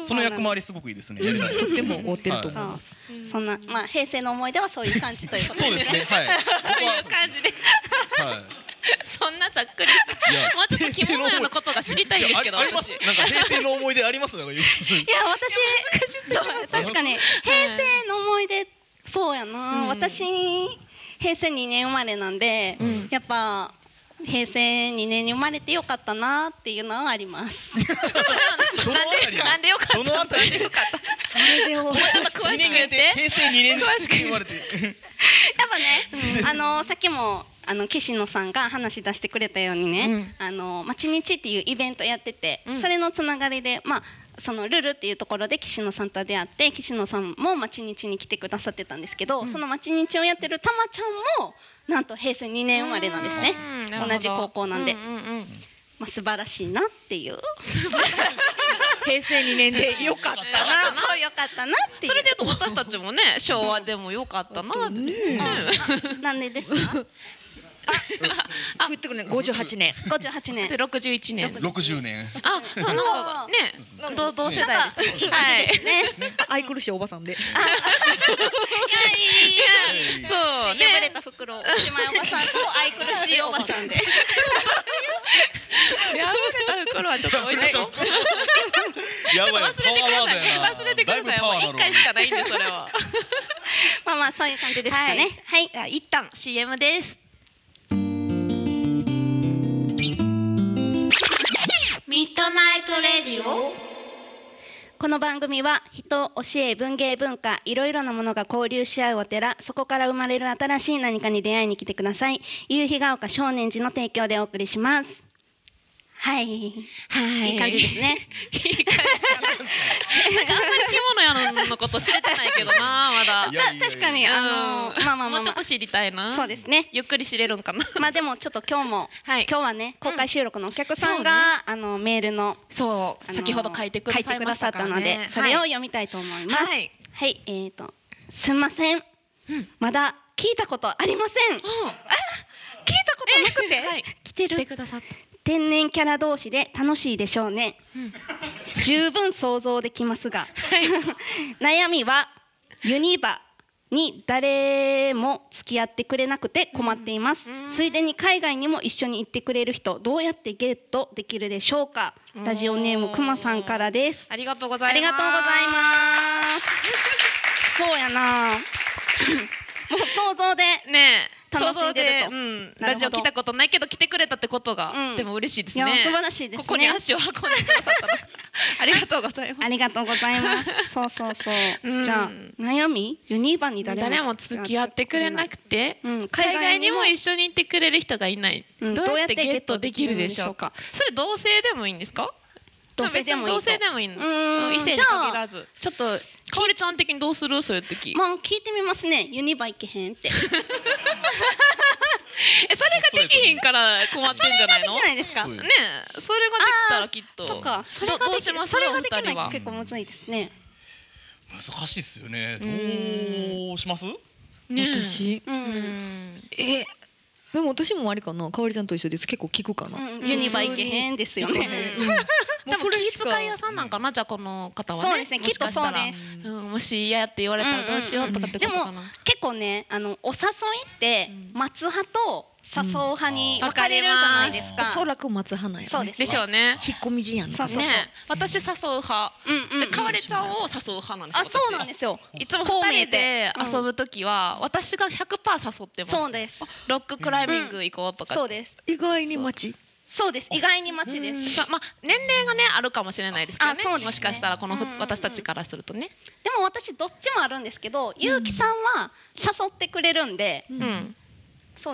Speaker 3: その役回りすごくいいですねやりたい
Speaker 4: でも追ってると思います。
Speaker 1: そうそんなまあ平成の思い出はそういう感じということ
Speaker 3: そうですねはい
Speaker 2: そういう感じで
Speaker 3: はい
Speaker 2: そんなざっくりした
Speaker 3: いや
Speaker 2: もうちょっと着物屋のことが知りたいんですけど
Speaker 3: あありますなんか平成の思い出ありますなんか言う
Speaker 1: いや私そう [LAUGHS] 確かに平成の思い出そうやな、
Speaker 2: うん
Speaker 1: 私平成2年生まれなんで、
Speaker 2: うん
Speaker 1: やっぱ平成2年に生まれてよかったなっていうのはあり
Speaker 2: [LAUGHS]
Speaker 1: ます。
Speaker 3: どのあたり
Speaker 2: なんでよかった
Speaker 3: どのあたり
Speaker 2: なんでよかった
Speaker 4: それで終わ
Speaker 2: もうちょっと詳しく言って
Speaker 3: 平成2年って言われて
Speaker 1: い多分ね、あのさっきもあの岸野さんが話し出してくれたようにね、あの町日っていうイベントやってて、
Speaker 2: うん
Speaker 1: それのつながりでまあそのルルっていうところで岸野さんと出会って岸野さんも町日に来てくださってたんですけど、
Speaker 2: うん
Speaker 1: その町日をやってるたまちゃんもなんと平成2年生まれなんですね、
Speaker 2: うんなるほど
Speaker 1: 同じ高校なんで
Speaker 2: ううんうん
Speaker 1: まあ、素晴らしいなっていう
Speaker 4: 平成2年でよかっ
Speaker 1: だなそうよかったなっていう
Speaker 2: それで言うと私たちもね昭和でも良かったなって、
Speaker 4: ね
Speaker 2: うん
Speaker 1: なんでですか
Speaker 4: た。食ってくれない。58年。
Speaker 1: 58年
Speaker 2: で61年
Speaker 3: 六十
Speaker 2: [LAUGHS]
Speaker 3: 年。
Speaker 2: あなんかね同同世代でした
Speaker 1: いい感じですね、
Speaker 4: 愛くるしいおばさんで。
Speaker 1: いやいやいやいや
Speaker 2: そうね
Speaker 1: 破れた袋をおしまいおばさんと愛くるしいおばさんで
Speaker 2: やめた頃はちょっと置いてこう
Speaker 3: やば
Speaker 2: 忘
Speaker 3: い、
Speaker 2: れて
Speaker 3: パワーワードやな。
Speaker 2: 忘れてくだ
Speaker 3: ぶ
Speaker 2: さい
Speaker 3: パ
Speaker 2: も
Speaker 3: ワ
Speaker 2: う
Speaker 3: ーだろ
Speaker 2: 一回しかないんでそれは
Speaker 1: まあまあそういう感じですかねはい、
Speaker 2: じゃあ一旦 CM です
Speaker 1: ミッドナイトレディオこの番組は人、教え、文芸、文化、いろいろなものが交流し合うお寺、そこから生まれる新しい何かに出会いに来てください。夕日が丘少年寺の提供でお送りします。はい、
Speaker 2: はい
Speaker 1: いい感じですね。
Speaker 2: なんかあんまり着物屋のこと知れてないけどなまだ
Speaker 3: いやいやいや
Speaker 1: 確かに、あの
Speaker 2: うん
Speaker 1: まあまあま
Speaker 2: も
Speaker 1: あ、
Speaker 2: うちょ
Speaker 1: ま
Speaker 2: っと知りたいな
Speaker 1: あ、そうですね。
Speaker 2: ゆっくり知れるんかな
Speaker 1: まあでもちょっと今日も、
Speaker 2: はい
Speaker 1: 今日はね公開収録のお客さんが、あのメールの、
Speaker 2: そ
Speaker 1: あの
Speaker 2: さいましから
Speaker 1: 書いてくださったので、それを読みたいと思います。
Speaker 2: はい
Speaker 1: はい、えー、と、すんません。
Speaker 2: うん
Speaker 1: まだ聞いたことありません。聞いたことなくて、 [LAUGHS]
Speaker 2: はい
Speaker 1: 来て
Speaker 2: 来て
Speaker 1: る
Speaker 2: くださった
Speaker 1: 天然キャラ同士で楽しいでしょうね。
Speaker 2: うん
Speaker 1: 十分想像できますが、 [LAUGHS] 悩みはユニバ。に誰も付き合ってくれなくて困っています、
Speaker 2: うん
Speaker 1: ついでに海外にも一緒に行ってくれる人どうやってゲットできるでしょうかラジオネームくまさんからです
Speaker 2: ありがとうござ
Speaker 1: あ
Speaker 2: い
Speaker 1: り
Speaker 2: ま
Speaker 1: が
Speaker 2: す
Speaker 1: とうござい
Speaker 2: [LAUGHS]
Speaker 1: ます。そうやな。もう想像で。
Speaker 2: ねえ
Speaker 1: 楽しんでると
Speaker 2: 想像う
Speaker 1: な
Speaker 2: ん、
Speaker 1: るほど
Speaker 2: ラジオ来たことないけど来てくれたってことが、
Speaker 1: うん
Speaker 2: でも嬉しいです
Speaker 1: い
Speaker 2: ね
Speaker 1: や、素晴らしいですね。
Speaker 2: ここに足を運んでくださったのありがとうございます
Speaker 1: ありがとうございます。そうそうそう。
Speaker 2: うん
Speaker 1: じゃあ悩み？ユニバに誰も
Speaker 2: [LAUGHS] 誰も付き合ってくれなくて
Speaker 1: うん、
Speaker 2: 海外にも
Speaker 1: 海
Speaker 2: 一緒に行ってくれる人がいない、
Speaker 1: うん
Speaker 2: どうやって
Speaker 1: どうやって
Speaker 2: ゲットできるでしょうかそれ同性でもいいんですか
Speaker 1: 同性でもいいと
Speaker 2: 同性でもいいの
Speaker 1: うーん
Speaker 2: 異性に
Speaker 1: じゃあ
Speaker 2: 限らず
Speaker 1: ちょっと
Speaker 2: かおりちゃん的にどうするそういう時、
Speaker 1: まあ聞いてみますね。ユニバ行けへんって。
Speaker 2: えそれができひんから困ってんじゃない
Speaker 1: で
Speaker 2: の
Speaker 1: きないですか
Speaker 3: そ？うよ
Speaker 2: ねえそれができたらきっと
Speaker 1: そっか。それ
Speaker 2: ど
Speaker 1: が
Speaker 2: ど
Speaker 1: で
Speaker 2: う
Speaker 1: き
Speaker 2: します
Speaker 1: それができ
Speaker 2: お二
Speaker 1: ない
Speaker 2: 人は
Speaker 1: と結構むずいですね。
Speaker 3: 難しいっすよね。
Speaker 4: うん
Speaker 3: どうします？
Speaker 2: ねえ
Speaker 4: 私
Speaker 1: うん。
Speaker 2: う
Speaker 1: うん
Speaker 2: ん
Speaker 4: えでも私もあれかな。かおりちゃんと一緒です。結構聞くかな。
Speaker 1: ユニバ行けへんですよね。
Speaker 4: うんも
Speaker 2: でも
Speaker 4: うそれし
Speaker 2: 気
Speaker 4: か
Speaker 2: 遣い屋さんなんかなじゃあこの方はね
Speaker 1: そうですね。
Speaker 2: も
Speaker 1: きっ
Speaker 2: し
Speaker 1: と
Speaker 2: かした
Speaker 1: そう
Speaker 2: ら
Speaker 1: です。
Speaker 2: うん、もし嫌やって言われたらどうしようとかってことかな、
Speaker 1: うん結構ねあのお誘いって
Speaker 2: うん
Speaker 1: 待つ派と誘う派に
Speaker 2: うん
Speaker 1: 分かれるじゃないです
Speaker 3: うん
Speaker 4: お
Speaker 1: か。
Speaker 4: そらく松花や。
Speaker 1: そうです
Speaker 2: でしょうね
Speaker 4: 引っ込み思案の
Speaker 1: そう
Speaker 4: か
Speaker 1: そうそう
Speaker 4: な。
Speaker 2: ね私誘う派
Speaker 1: うんうんうん
Speaker 2: でかわれちゃんを誘う派なんです
Speaker 1: あそうなんですすよ。
Speaker 2: いつも
Speaker 1: こう見
Speaker 2: 二
Speaker 1: え
Speaker 2: 人
Speaker 1: て
Speaker 2: で遊ぶ時は私が100%誘ってます
Speaker 1: そうです。
Speaker 2: ロッククライミング行こうとか
Speaker 1: そうです。
Speaker 4: 意外に町。
Speaker 1: そうです。意外に待ちです。
Speaker 2: さまあ年齢がねあるかもしれないですけど
Speaker 1: あそうです
Speaker 2: ね
Speaker 1: ね
Speaker 2: もしかしたらこのふ
Speaker 1: うんうんうん
Speaker 2: 私たちからするとね
Speaker 1: でも私どっちもあるんですけど、ゆうきさんは誘ってくれるんで、
Speaker 4: う
Speaker 2: うんそ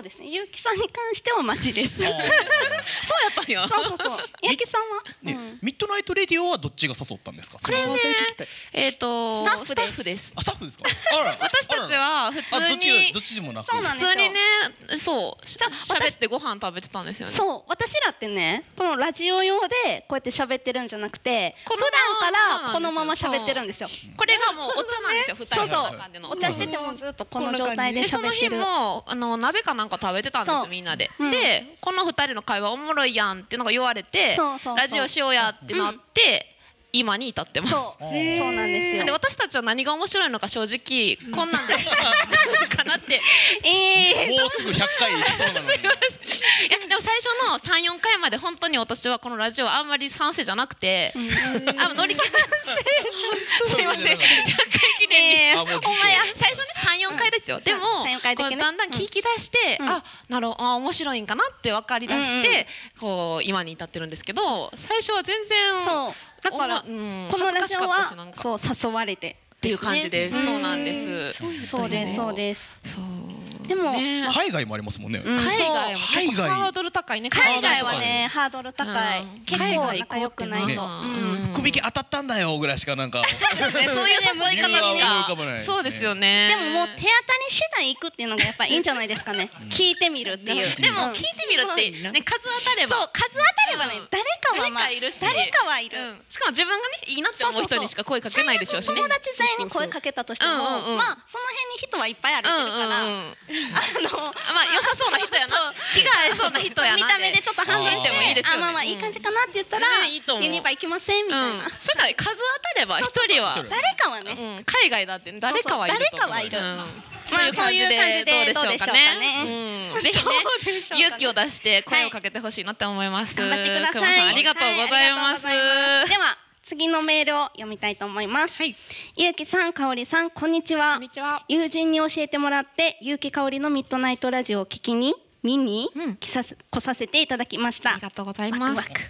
Speaker 1: そ
Speaker 2: うやっ。
Speaker 1: うですね。ゆうきさんに関しては待ちです。そう
Speaker 2: たんや
Speaker 1: そうそう。ゆうきさんは、う
Speaker 3: ね
Speaker 1: ん、
Speaker 3: ミッドナイトレディオはどっちが誘ったんですか？
Speaker 2: これ
Speaker 3: そ
Speaker 2: ね
Speaker 3: もそも
Speaker 2: えっと
Speaker 1: スタッフです
Speaker 2: です
Speaker 3: あスタッフですか？あら
Speaker 2: 私たちは普
Speaker 3: あら
Speaker 2: 通
Speaker 3: あどっちが
Speaker 2: に
Speaker 3: どっちでもなく。
Speaker 1: そうなんで
Speaker 2: 普
Speaker 1: すよ
Speaker 2: 通にねそうし
Speaker 1: そう私
Speaker 2: 喋ってご飯食べてたんですよね
Speaker 1: そう私らってねこのラジオ用でこうやって喋ってるんじゃなくて
Speaker 2: こ
Speaker 1: 普
Speaker 2: のま
Speaker 1: 段から
Speaker 2: ま
Speaker 1: このまま喋ってるんですよ
Speaker 2: これがもうお茶なんですよ二人の中での
Speaker 1: お茶しててもずっとこの状態で
Speaker 2: でそ
Speaker 1: 喋
Speaker 2: の
Speaker 1: って
Speaker 2: 日
Speaker 1: る
Speaker 2: もあの鍋かなんか食べてたんで
Speaker 1: そう
Speaker 2: すみんなで、
Speaker 1: うん
Speaker 2: でこの二人の会話おもろいやんってのが言われて
Speaker 1: そうそうそう
Speaker 2: ラジオしようやってなって、今に至ってます
Speaker 1: そう
Speaker 3: あー
Speaker 4: へー
Speaker 1: そうなんですよ
Speaker 2: で私たちは何が面白いのか正直こんな
Speaker 1: [LAUGHS]
Speaker 2: んでかなってい
Speaker 1: え
Speaker 3: もうすぐ100回行きそう
Speaker 2: [LAUGHS]
Speaker 3: なのに。
Speaker 2: やでも最初の34回まで本当に私はこのラジオあんまり賛成じゃなくて、
Speaker 1: ー
Speaker 2: あ乗り切って
Speaker 3: すいません。
Speaker 2: 記念に、 [LAUGHS]
Speaker 3: あもうずっと
Speaker 2: お前や最初ね三四回ですよ、
Speaker 1: ん
Speaker 2: でも
Speaker 1: そう34回だ
Speaker 2: こ
Speaker 1: けね
Speaker 2: うだんだん聞き出して、
Speaker 1: うん
Speaker 2: あなるほどあ面白いんかなって分かり出して、
Speaker 1: うんうん
Speaker 2: こう今に至ってるんですけど最初は全然う
Speaker 1: そうだから
Speaker 2: ん
Speaker 1: このラジオ
Speaker 2: 恥ずかしかったしなん
Speaker 1: は
Speaker 2: か
Speaker 1: そう誘われて
Speaker 2: っていう感じです、
Speaker 1: うん
Speaker 2: そうなんです
Speaker 1: そうですそうです
Speaker 2: そう
Speaker 1: でも、
Speaker 2: ね
Speaker 3: 海外もありますもんね。
Speaker 1: うん
Speaker 2: 海外も
Speaker 3: そう
Speaker 2: 結構
Speaker 3: 海外
Speaker 2: ハードル高いね
Speaker 1: 海外
Speaker 2: ね
Speaker 1: はねハードル高い
Speaker 2: うん
Speaker 1: 結構仲良くない
Speaker 3: ね
Speaker 1: と、うん
Speaker 3: 福引き当たったんだよぐらいしかなんか。
Speaker 2: ねそういう誘い方
Speaker 1: 理由が
Speaker 2: し
Speaker 3: 思い浮か
Speaker 2: か
Speaker 3: ばないですね
Speaker 2: そうですよね
Speaker 1: でももう手当たり次第行くっていうのがやっぱいいんじゃないですかね
Speaker 3: うん
Speaker 1: 聞いてみるっていう
Speaker 2: でも
Speaker 1: うん
Speaker 2: 聞いてみるってね数当たれば
Speaker 1: そう数当たればね
Speaker 2: うん
Speaker 1: 誰かは
Speaker 2: 誰
Speaker 1: まあ
Speaker 2: かいるし
Speaker 1: 誰かはいる
Speaker 2: うんしかも自分がねいいなって思う人にしか声かけないでしょうしね
Speaker 1: 友達全員に声かけたとしても、
Speaker 2: うんうんうん
Speaker 1: まあその辺に人はいっぱい歩いてるから、
Speaker 2: うんうんうん
Speaker 1: あの
Speaker 2: まあ良さそうな人やな気が合いそうな人やな
Speaker 1: 見た目でちょっと判断して
Speaker 3: あー
Speaker 1: も
Speaker 3: でも
Speaker 1: い
Speaker 3: いい
Speaker 1: い
Speaker 2: で
Speaker 1: です
Speaker 2: よね
Speaker 1: あまあまあいい感じかなって言ったら、
Speaker 2: ねいいと思う
Speaker 1: ユニバ行きませんみたいな、
Speaker 2: うんそしたら数当たれば一人は
Speaker 3: そうそう
Speaker 1: 誰かはね、
Speaker 2: うん海外だって誰かはいると
Speaker 1: そう
Speaker 2: 思う
Speaker 1: そう誰かはいる
Speaker 2: うんそういう感じでどうでしょうかねうんぜひね
Speaker 1: どうでしょうかね
Speaker 2: 勇気を出して声をかけてほしいなって思います。
Speaker 1: 頑張ってください
Speaker 2: 久保んありがとうございま
Speaker 1: はいあ
Speaker 2: [LAUGHS]
Speaker 1: りがとうございます
Speaker 2: す。
Speaker 1: では次のメールを読みたいと思います、
Speaker 2: はい
Speaker 1: ゆうきさんかおりさんこんにちは
Speaker 2: にちは。
Speaker 1: 友人に教えてもらってゆうきかおりのミッドナイトラジオを聞きに見に
Speaker 2: うん。
Speaker 1: 来させ来させていただきまし
Speaker 2: あ
Speaker 1: た
Speaker 2: りがとうござい
Speaker 1: ワ
Speaker 2: ま
Speaker 1: ク
Speaker 2: す
Speaker 1: ワ。ク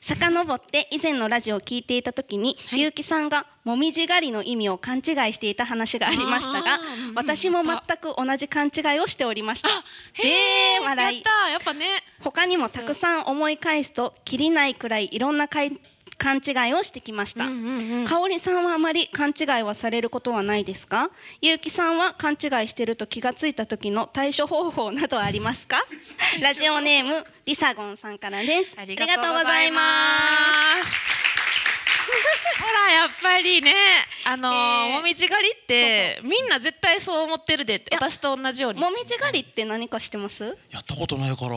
Speaker 1: 遡って以前のラジオを聞いていた時に、
Speaker 2: はい
Speaker 1: ゆうきさんがもみじ狩りの意味を勘違いしていた話がありました
Speaker 2: あ
Speaker 1: が
Speaker 2: ー、
Speaker 1: 私も全
Speaker 2: く。
Speaker 1: く同じ勘違いをしておりました
Speaker 2: へえ、
Speaker 1: えー笑い
Speaker 2: やった、やっぱね。
Speaker 1: 他にもたくさん思い返すときりないくらいいろんなかい勘違いをしてきました、香
Speaker 2: 顔
Speaker 1: 織さんはあまり勘違いはされることはないですかゆうきさんは勘違いしてると気がついた時の対処方法などはありますかラジオネームリサゴンさんからです
Speaker 2: ありがとうございます
Speaker 1: [LAUGHS]
Speaker 2: ほらやっぱりねあのー
Speaker 1: えー
Speaker 2: もみじ狩りってみんな絶対そう思ってるでって
Speaker 1: いや
Speaker 2: 私と同じように
Speaker 1: もみじ狩りって何か知ってます
Speaker 3: やったことないから。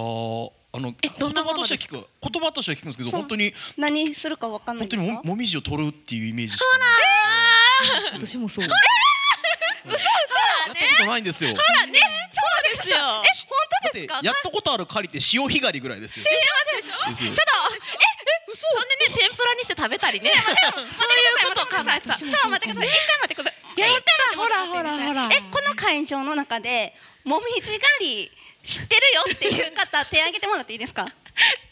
Speaker 3: あの
Speaker 2: え
Speaker 3: 言
Speaker 2: どんなも
Speaker 3: 葉
Speaker 2: の
Speaker 3: と
Speaker 2: です
Speaker 3: して
Speaker 2: か
Speaker 3: は聞く言葉としては聞くんですけど
Speaker 1: そう
Speaker 3: 本当に
Speaker 1: 何するかわかんな
Speaker 3: 本
Speaker 1: いで
Speaker 3: 当
Speaker 1: す
Speaker 3: に
Speaker 1: か
Speaker 3: ももみじを取るっていうイメージしかない。
Speaker 4: 私もそう。
Speaker 3: やったことないんです
Speaker 2: そ
Speaker 3: よ。
Speaker 2: うですよ
Speaker 3: え本当ですか？やったことある狩りって潮干狩りぐらいですよ。
Speaker 2: でしょ
Speaker 3: ですよ
Speaker 2: 嘘そんでね天ぷらにして食べたりね [LAUGHS] そういうことを考えてた
Speaker 4: ちょっと待ってください。
Speaker 1: 待ってください
Speaker 2: やっ
Speaker 1: え
Speaker 2: たほらほらほら
Speaker 1: えこの会場の中でもみじ狩り知ってるよっていう方手挙げてもらっていいですかいや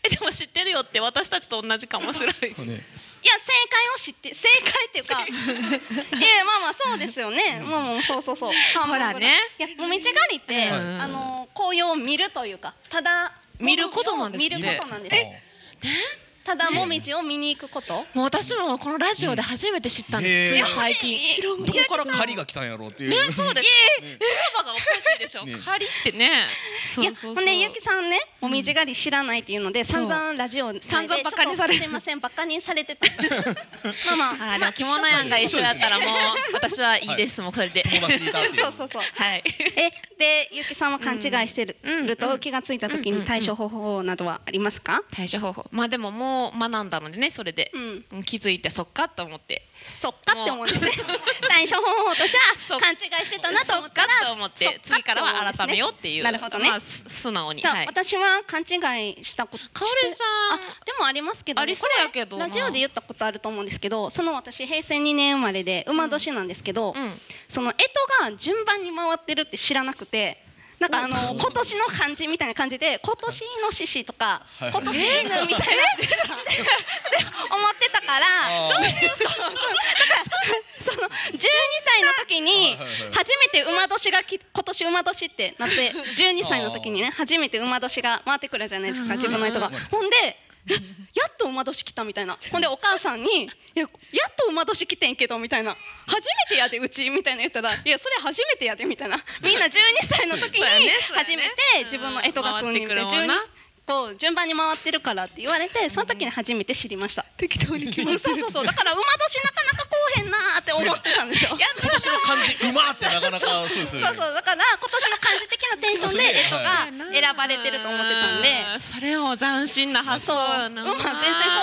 Speaker 2: えでも知ってるよって私たちと同じかもしれない [LAUGHS]
Speaker 3: ね
Speaker 1: 正解を知って正解っていうか [LAUGHS] えまあまあそうですよねまあまあそうそうそう
Speaker 2: ほらね
Speaker 1: いやもみじ狩りって、
Speaker 2: うん
Speaker 1: あの紅葉を見るというかただ
Speaker 2: 見ることなんですね
Speaker 1: 見ることなんです
Speaker 3: あ
Speaker 1: ただもみじを見に行くこと
Speaker 2: もう私もこのラジオで初めて知ったんです、
Speaker 3: うん
Speaker 2: つい最近 [LAUGHS]
Speaker 1: 知らん
Speaker 3: どこから狩りが来たんやろうっていう。
Speaker 2: ねそうです
Speaker 3: ね
Speaker 2: 言葉がおかしいでしょ
Speaker 3: ね
Speaker 2: 狩りってねそ
Speaker 1: いうや
Speaker 2: そう
Speaker 1: ほ
Speaker 2: そうん
Speaker 1: でゆきさんねもみじ狩り知らないっていうので散々ラジオで
Speaker 2: 散々バカにされ
Speaker 1: ちょっとすいませんバカにされ
Speaker 2: [LAUGHS]
Speaker 1: てたまあまあ
Speaker 2: あの着物やんが一緒やったらもう私はいいですもうこれで
Speaker 3: 友達いたっていう。
Speaker 1: そうそう
Speaker 2: [LAUGHS]
Speaker 1: そう
Speaker 2: はい
Speaker 1: えでゆきさんは勘違いしてる,、
Speaker 2: うん
Speaker 1: ると気がついた時に対処方法などはありますか
Speaker 2: 対処方法まあでももう学んだのでねそれで
Speaker 1: うん、
Speaker 2: うん気づいてそっかと思って
Speaker 1: そっかって思うんですね対処方法として
Speaker 2: そ
Speaker 1: は
Speaker 2: っ
Speaker 1: 勘違いしてたなと思ったら
Speaker 2: そっかと思って次からは改めようっていう
Speaker 1: なるほどね
Speaker 2: まあす素直に
Speaker 1: じゃあ、
Speaker 2: はい
Speaker 1: 私は勘違いしたこと
Speaker 2: かおりさ
Speaker 1: あでもありますけどね、
Speaker 2: ありそうやけど
Speaker 1: こ
Speaker 2: な
Speaker 1: れラジオで言ったことあると思うんですけどその私平成2年生まれで馬年なんですけど、
Speaker 2: んうん
Speaker 1: その干支が順番に回ってるって知らなくてなんかあの
Speaker 3: うん
Speaker 1: 今年の漢字みたいな感じで今年イノシシとか
Speaker 3: はい
Speaker 1: 今年犬みたいなって思ってたから
Speaker 3: あー
Speaker 1: その12歳の時に
Speaker 3: はいはいはい
Speaker 1: 初めて馬年がき今年馬年ってな
Speaker 2: [LAUGHS]
Speaker 1: って12歳の時にね初めて馬年が回ってくるじゃないですか
Speaker 2: うん
Speaker 1: 自分の干支が
Speaker 3: うん。
Speaker 1: ほんでやっと馬年来たみたいなほんでお母さんに「いややっと馬年来てんけど」みたいな「初めてやでうち」みたいな言ったら「いやそれ初めてやで」みたいなみんな12歳の時
Speaker 2: [LAUGHS] そうやね
Speaker 1: に
Speaker 2: そうやね
Speaker 1: 初めて自分の干支が来るみたい
Speaker 2: うん
Speaker 1: な
Speaker 2: 回ってくるもんな
Speaker 1: 12こう順番に回ってるからって言われてその時に初めて知りま
Speaker 2: [LAUGHS]
Speaker 1: した。
Speaker 4: 適当に決
Speaker 1: う
Speaker 4: ま
Speaker 1: ん、
Speaker 4: って
Speaker 1: そう
Speaker 4: る
Speaker 1: そう。そうだから馬年なかなかこうへんなーって思ってたんですよ。そう
Speaker 3: 今年の漢字うまってなかなかそうです
Speaker 1: そ
Speaker 3: よ
Speaker 1: うだ
Speaker 3: ね。
Speaker 1: から今年の漢字的なテンションでえとが選ばれてると思ってたんで、
Speaker 2: それも斬新な発想
Speaker 1: そう
Speaker 2: や
Speaker 1: 馬
Speaker 2: な
Speaker 1: 全然こ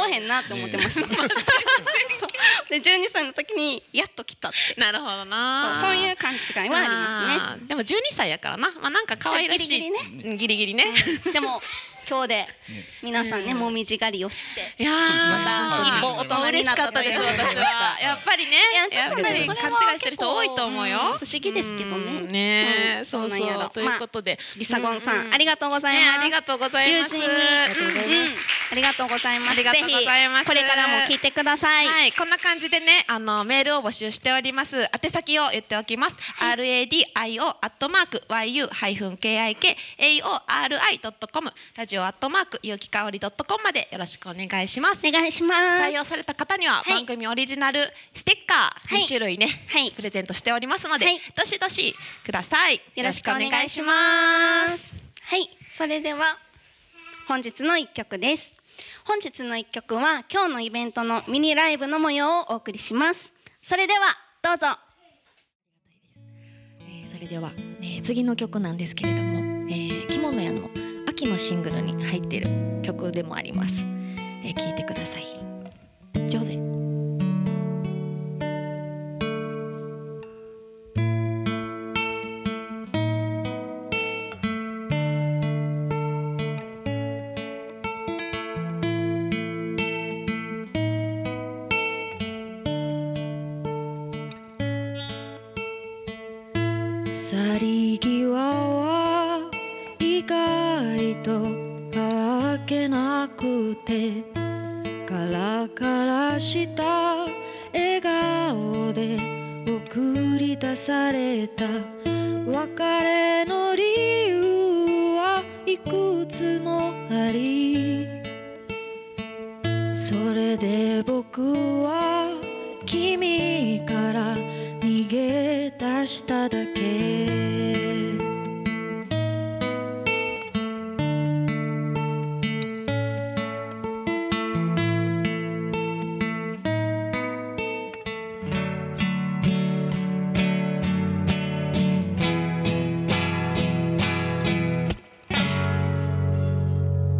Speaker 1: うへんなって思ってま
Speaker 2: [LAUGHS]
Speaker 1: した。そうで12歳の時にやっと来たって
Speaker 2: なるほどな
Speaker 1: そうそういう勘違いはありますね。
Speaker 2: すねでも12歳やからなまあなんか可愛らし
Speaker 1: ギ
Speaker 2: い
Speaker 1: リギリね
Speaker 2: うんギリギリね
Speaker 1: うんでも今日で
Speaker 3: ね
Speaker 1: 皆さんね
Speaker 2: うん
Speaker 1: もみじ狩りをして。
Speaker 2: いやー
Speaker 3: そうですねまた一歩
Speaker 1: 大人になったという
Speaker 2: 嬉しかったです私はやっぱりね
Speaker 1: いやちょっとね
Speaker 2: やぱり
Speaker 1: それは
Speaker 2: 勘違いしてる人多いと思うよ
Speaker 1: 結構不思議ですけどね
Speaker 2: うんね
Speaker 1: うん
Speaker 2: そう
Speaker 1: そ
Speaker 2: そう
Speaker 1: なんやろ
Speaker 2: うということで
Speaker 1: リサゴンさ
Speaker 2: うんうん
Speaker 1: んありがとうござい
Speaker 2: ね
Speaker 1: ます。
Speaker 2: ありがとうございます
Speaker 1: 友人にありがとうございます
Speaker 2: うん
Speaker 1: ありがとうございます。
Speaker 2: ありがとうございます
Speaker 1: ぜひこれからも聞いてください。
Speaker 2: はい、こんな感じでね、あのメールを募集しております。宛先を言っておきます。R. A. D. I. O. アットマーク Y. U. ハイフン K. I. K. A. O. R. I. ドットコム。ラジオアットマーク有機香りドットコムまでよろしくお願いします。
Speaker 1: お願いします。
Speaker 2: 採用された方には
Speaker 1: はい
Speaker 2: 番組オリジナルステッカー
Speaker 1: はい
Speaker 2: 2種類ね、
Speaker 1: はい
Speaker 2: プレゼントしておりますので、
Speaker 1: はい
Speaker 2: どしどしください
Speaker 1: よろしくお願いし
Speaker 2: ま
Speaker 1: ます。はい、それでは本日の一曲です。本日の一曲は今日のイベントのミニライブの模様をお送りします。それではどうぞ。
Speaker 5: [LAUGHS] えーそれでは、えー次の曲なんですけれども、えー、着物屋の秋のシングルに入っている曲でもあります。えー、聞いてください。上手。去り際は意外とあっけなくてカラカラした笑顔で送り出された別れの理由はいくつもありそれで僕は君から逃げ出しただけ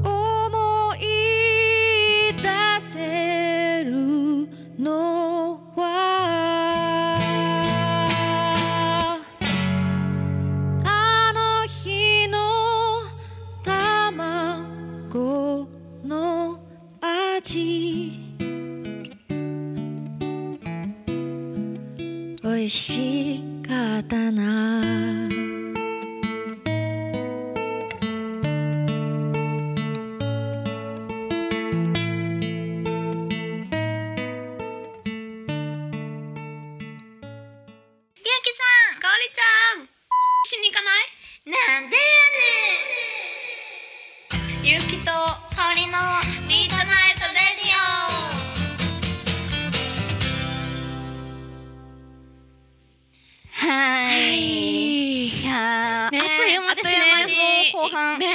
Speaker 5: 思い出せるのはあの日の卵の味美味しかったな
Speaker 1: ゆうきさん、かおりちゃん、しに行かない？なんでやねん。ゆうきとかおりのミートナイトレディオ。は
Speaker 2: は
Speaker 1: ーい。
Speaker 2: い
Speaker 1: いやー、
Speaker 2: ね
Speaker 1: あっという間ですね。
Speaker 2: あっという間に
Speaker 1: もう後半。
Speaker 2: ね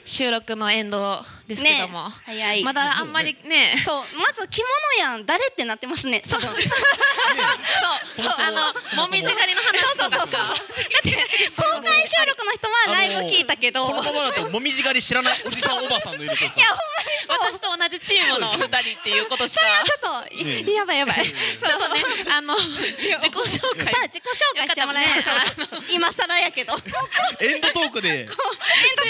Speaker 1: うん。
Speaker 2: 収録のエンドですけども、
Speaker 1: 早い。
Speaker 2: まだあんまりね
Speaker 1: そう、まず着物やん、誰ってなってますね。そう。だって、
Speaker 2: そう
Speaker 3: そうそう
Speaker 2: あ
Speaker 3: そうそ
Speaker 2: の
Speaker 3: う
Speaker 2: もみじ狩りの話とかさ
Speaker 1: 公開収録の人はライブ聞いたけど。
Speaker 3: このままだともみじ狩り知らないおじさんおばさんのいるとさ
Speaker 1: いや
Speaker 2: 私と同じチームの二人っていうことしか
Speaker 1: ちょっと、
Speaker 3: ね
Speaker 1: いやばいやばい。さ
Speaker 2: ちょっとねあの自己紹介
Speaker 1: あ自己紹介してもらいましょう。今更やけど。
Speaker 3: エンドトークで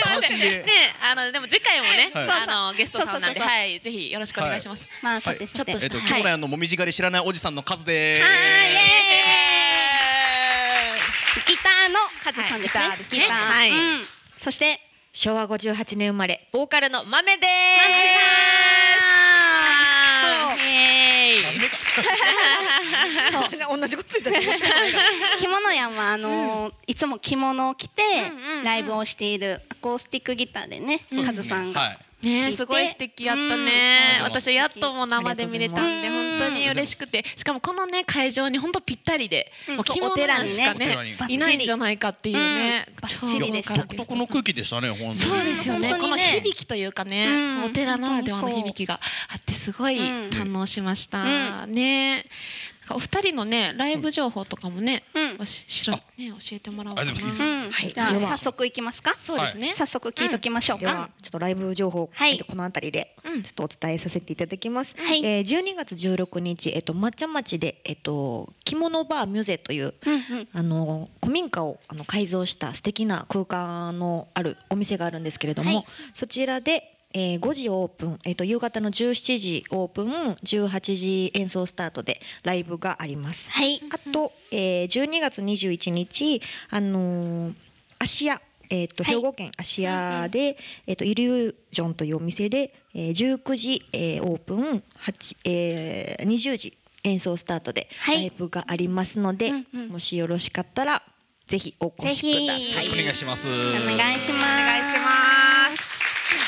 Speaker 3: 単身で
Speaker 2: ねあのでも次回もね、
Speaker 3: はい
Speaker 2: あのゲストさんなんで
Speaker 1: そうそうそうそう
Speaker 2: はいぜひよろしくお願いします。
Speaker 1: まあ
Speaker 3: はい
Speaker 1: ちょっと
Speaker 3: えっと
Speaker 1: は
Speaker 3: 今
Speaker 1: い。
Speaker 3: 日ののもみじ狩り知らないおじさんの数で
Speaker 1: はいイエ
Speaker 2: え
Speaker 1: ギターのカズさんですね。
Speaker 2: はいギターですね
Speaker 1: ギター
Speaker 2: はい
Speaker 1: うんそして。
Speaker 5: 昭和58年生まれボーカルの豆で
Speaker 1: マミさん
Speaker 2: ーイエーイ
Speaker 3: 初めか
Speaker 1: そう
Speaker 4: [LAUGHS] 同じこと言ったら面白く
Speaker 5: [LAUGHS]
Speaker 4: ないから
Speaker 1: 着物屋はあのーいつも着物を着て
Speaker 2: うんうんうん
Speaker 1: ライブをしているアコースティックギターでね、
Speaker 3: そうで
Speaker 1: カ
Speaker 3: す
Speaker 1: ズ
Speaker 3: ね
Speaker 1: さんが。
Speaker 3: はい
Speaker 2: ねえすごい素敵やったね
Speaker 3: う。ん
Speaker 2: 私やっともう生で見れたん
Speaker 1: ありがとう
Speaker 2: で
Speaker 1: ございます
Speaker 2: 本当に嬉しくて、しかもこのね会場に本当ぴったりで、
Speaker 1: うん
Speaker 2: もう
Speaker 1: そう
Speaker 2: 着物
Speaker 1: お寺に
Speaker 2: し
Speaker 1: ね
Speaker 2: か
Speaker 3: お寺
Speaker 2: ね
Speaker 3: に
Speaker 1: バッチリ
Speaker 2: いないんじゃないかっていうね
Speaker 1: うん。バッチリでした
Speaker 2: 超豪華
Speaker 3: 独特の空気でしたね本当に
Speaker 2: そうですよね
Speaker 1: うん本当
Speaker 2: こ
Speaker 1: に
Speaker 2: の
Speaker 1: ね
Speaker 2: 響きというかね、
Speaker 1: うん
Speaker 2: お寺ならではの響きがあってすごい
Speaker 1: うん
Speaker 2: 堪能しました、
Speaker 1: う
Speaker 2: ねなんかお二人のねライブ情報とかもね、
Speaker 1: うん
Speaker 2: おししろね教えてもらおうかな
Speaker 3: あでもいいです
Speaker 1: うん
Speaker 5: はい
Speaker 1: じゃあ
Speaker 5: では
Speaker 1: 早速いきますか。
Speaker 2: そうですね、
Speaker 1: 早速聞いときましょう
Speaker 5: では
Speaker 1: か。
Speaker 5: ちょっとライブ情報、
Speaker 1: はい
Speaker 5: えっとこの辺りで
Speaker 2: うん
Speaker 5: ちょっとお伝えさせていただきます。
Speaker 1: はい
Speaker 5: えー12月16日、えっと抹茶町で、えっと着物バーミュゼという
Speaker 1: うんうん
Speaker 5: あの古民家をあの改造した素敵な空間のあるお店があるんですけれども、
Speaker 1: はい
Speaker 5: そちらで、えー5時オープン、えっと夕方の17時オープン、18時演奏スタートでライブがあります。
Speaker 1: はい。
Speaker 5: あと、えー12月21日、あのー芦屋えっと
Speaker 1: はい
Speaker 5: 兵庫県芦屋で、えっとイリュージョンというお店で、えー、19時、えー、オープン8、えー、20時演奏スタートで
Speaker 1: は
Speaker 5: ラ
Speaker 1: い
Speaker 5: イブがありますので、
Speaker 1: うんうん
Speaker 5: もしよろしかったらぜひお越し
Speaker 1: ぜひ
Speaker 5: くだ
Speaker 1: よ
Speaker 3: ろ
Speaker 5: さ
Speaker 3: し
Speaker 5: い
Speaker 3: くお。願いします。お
Speaker 1: お願いします。お。
Speaker 2: 願いします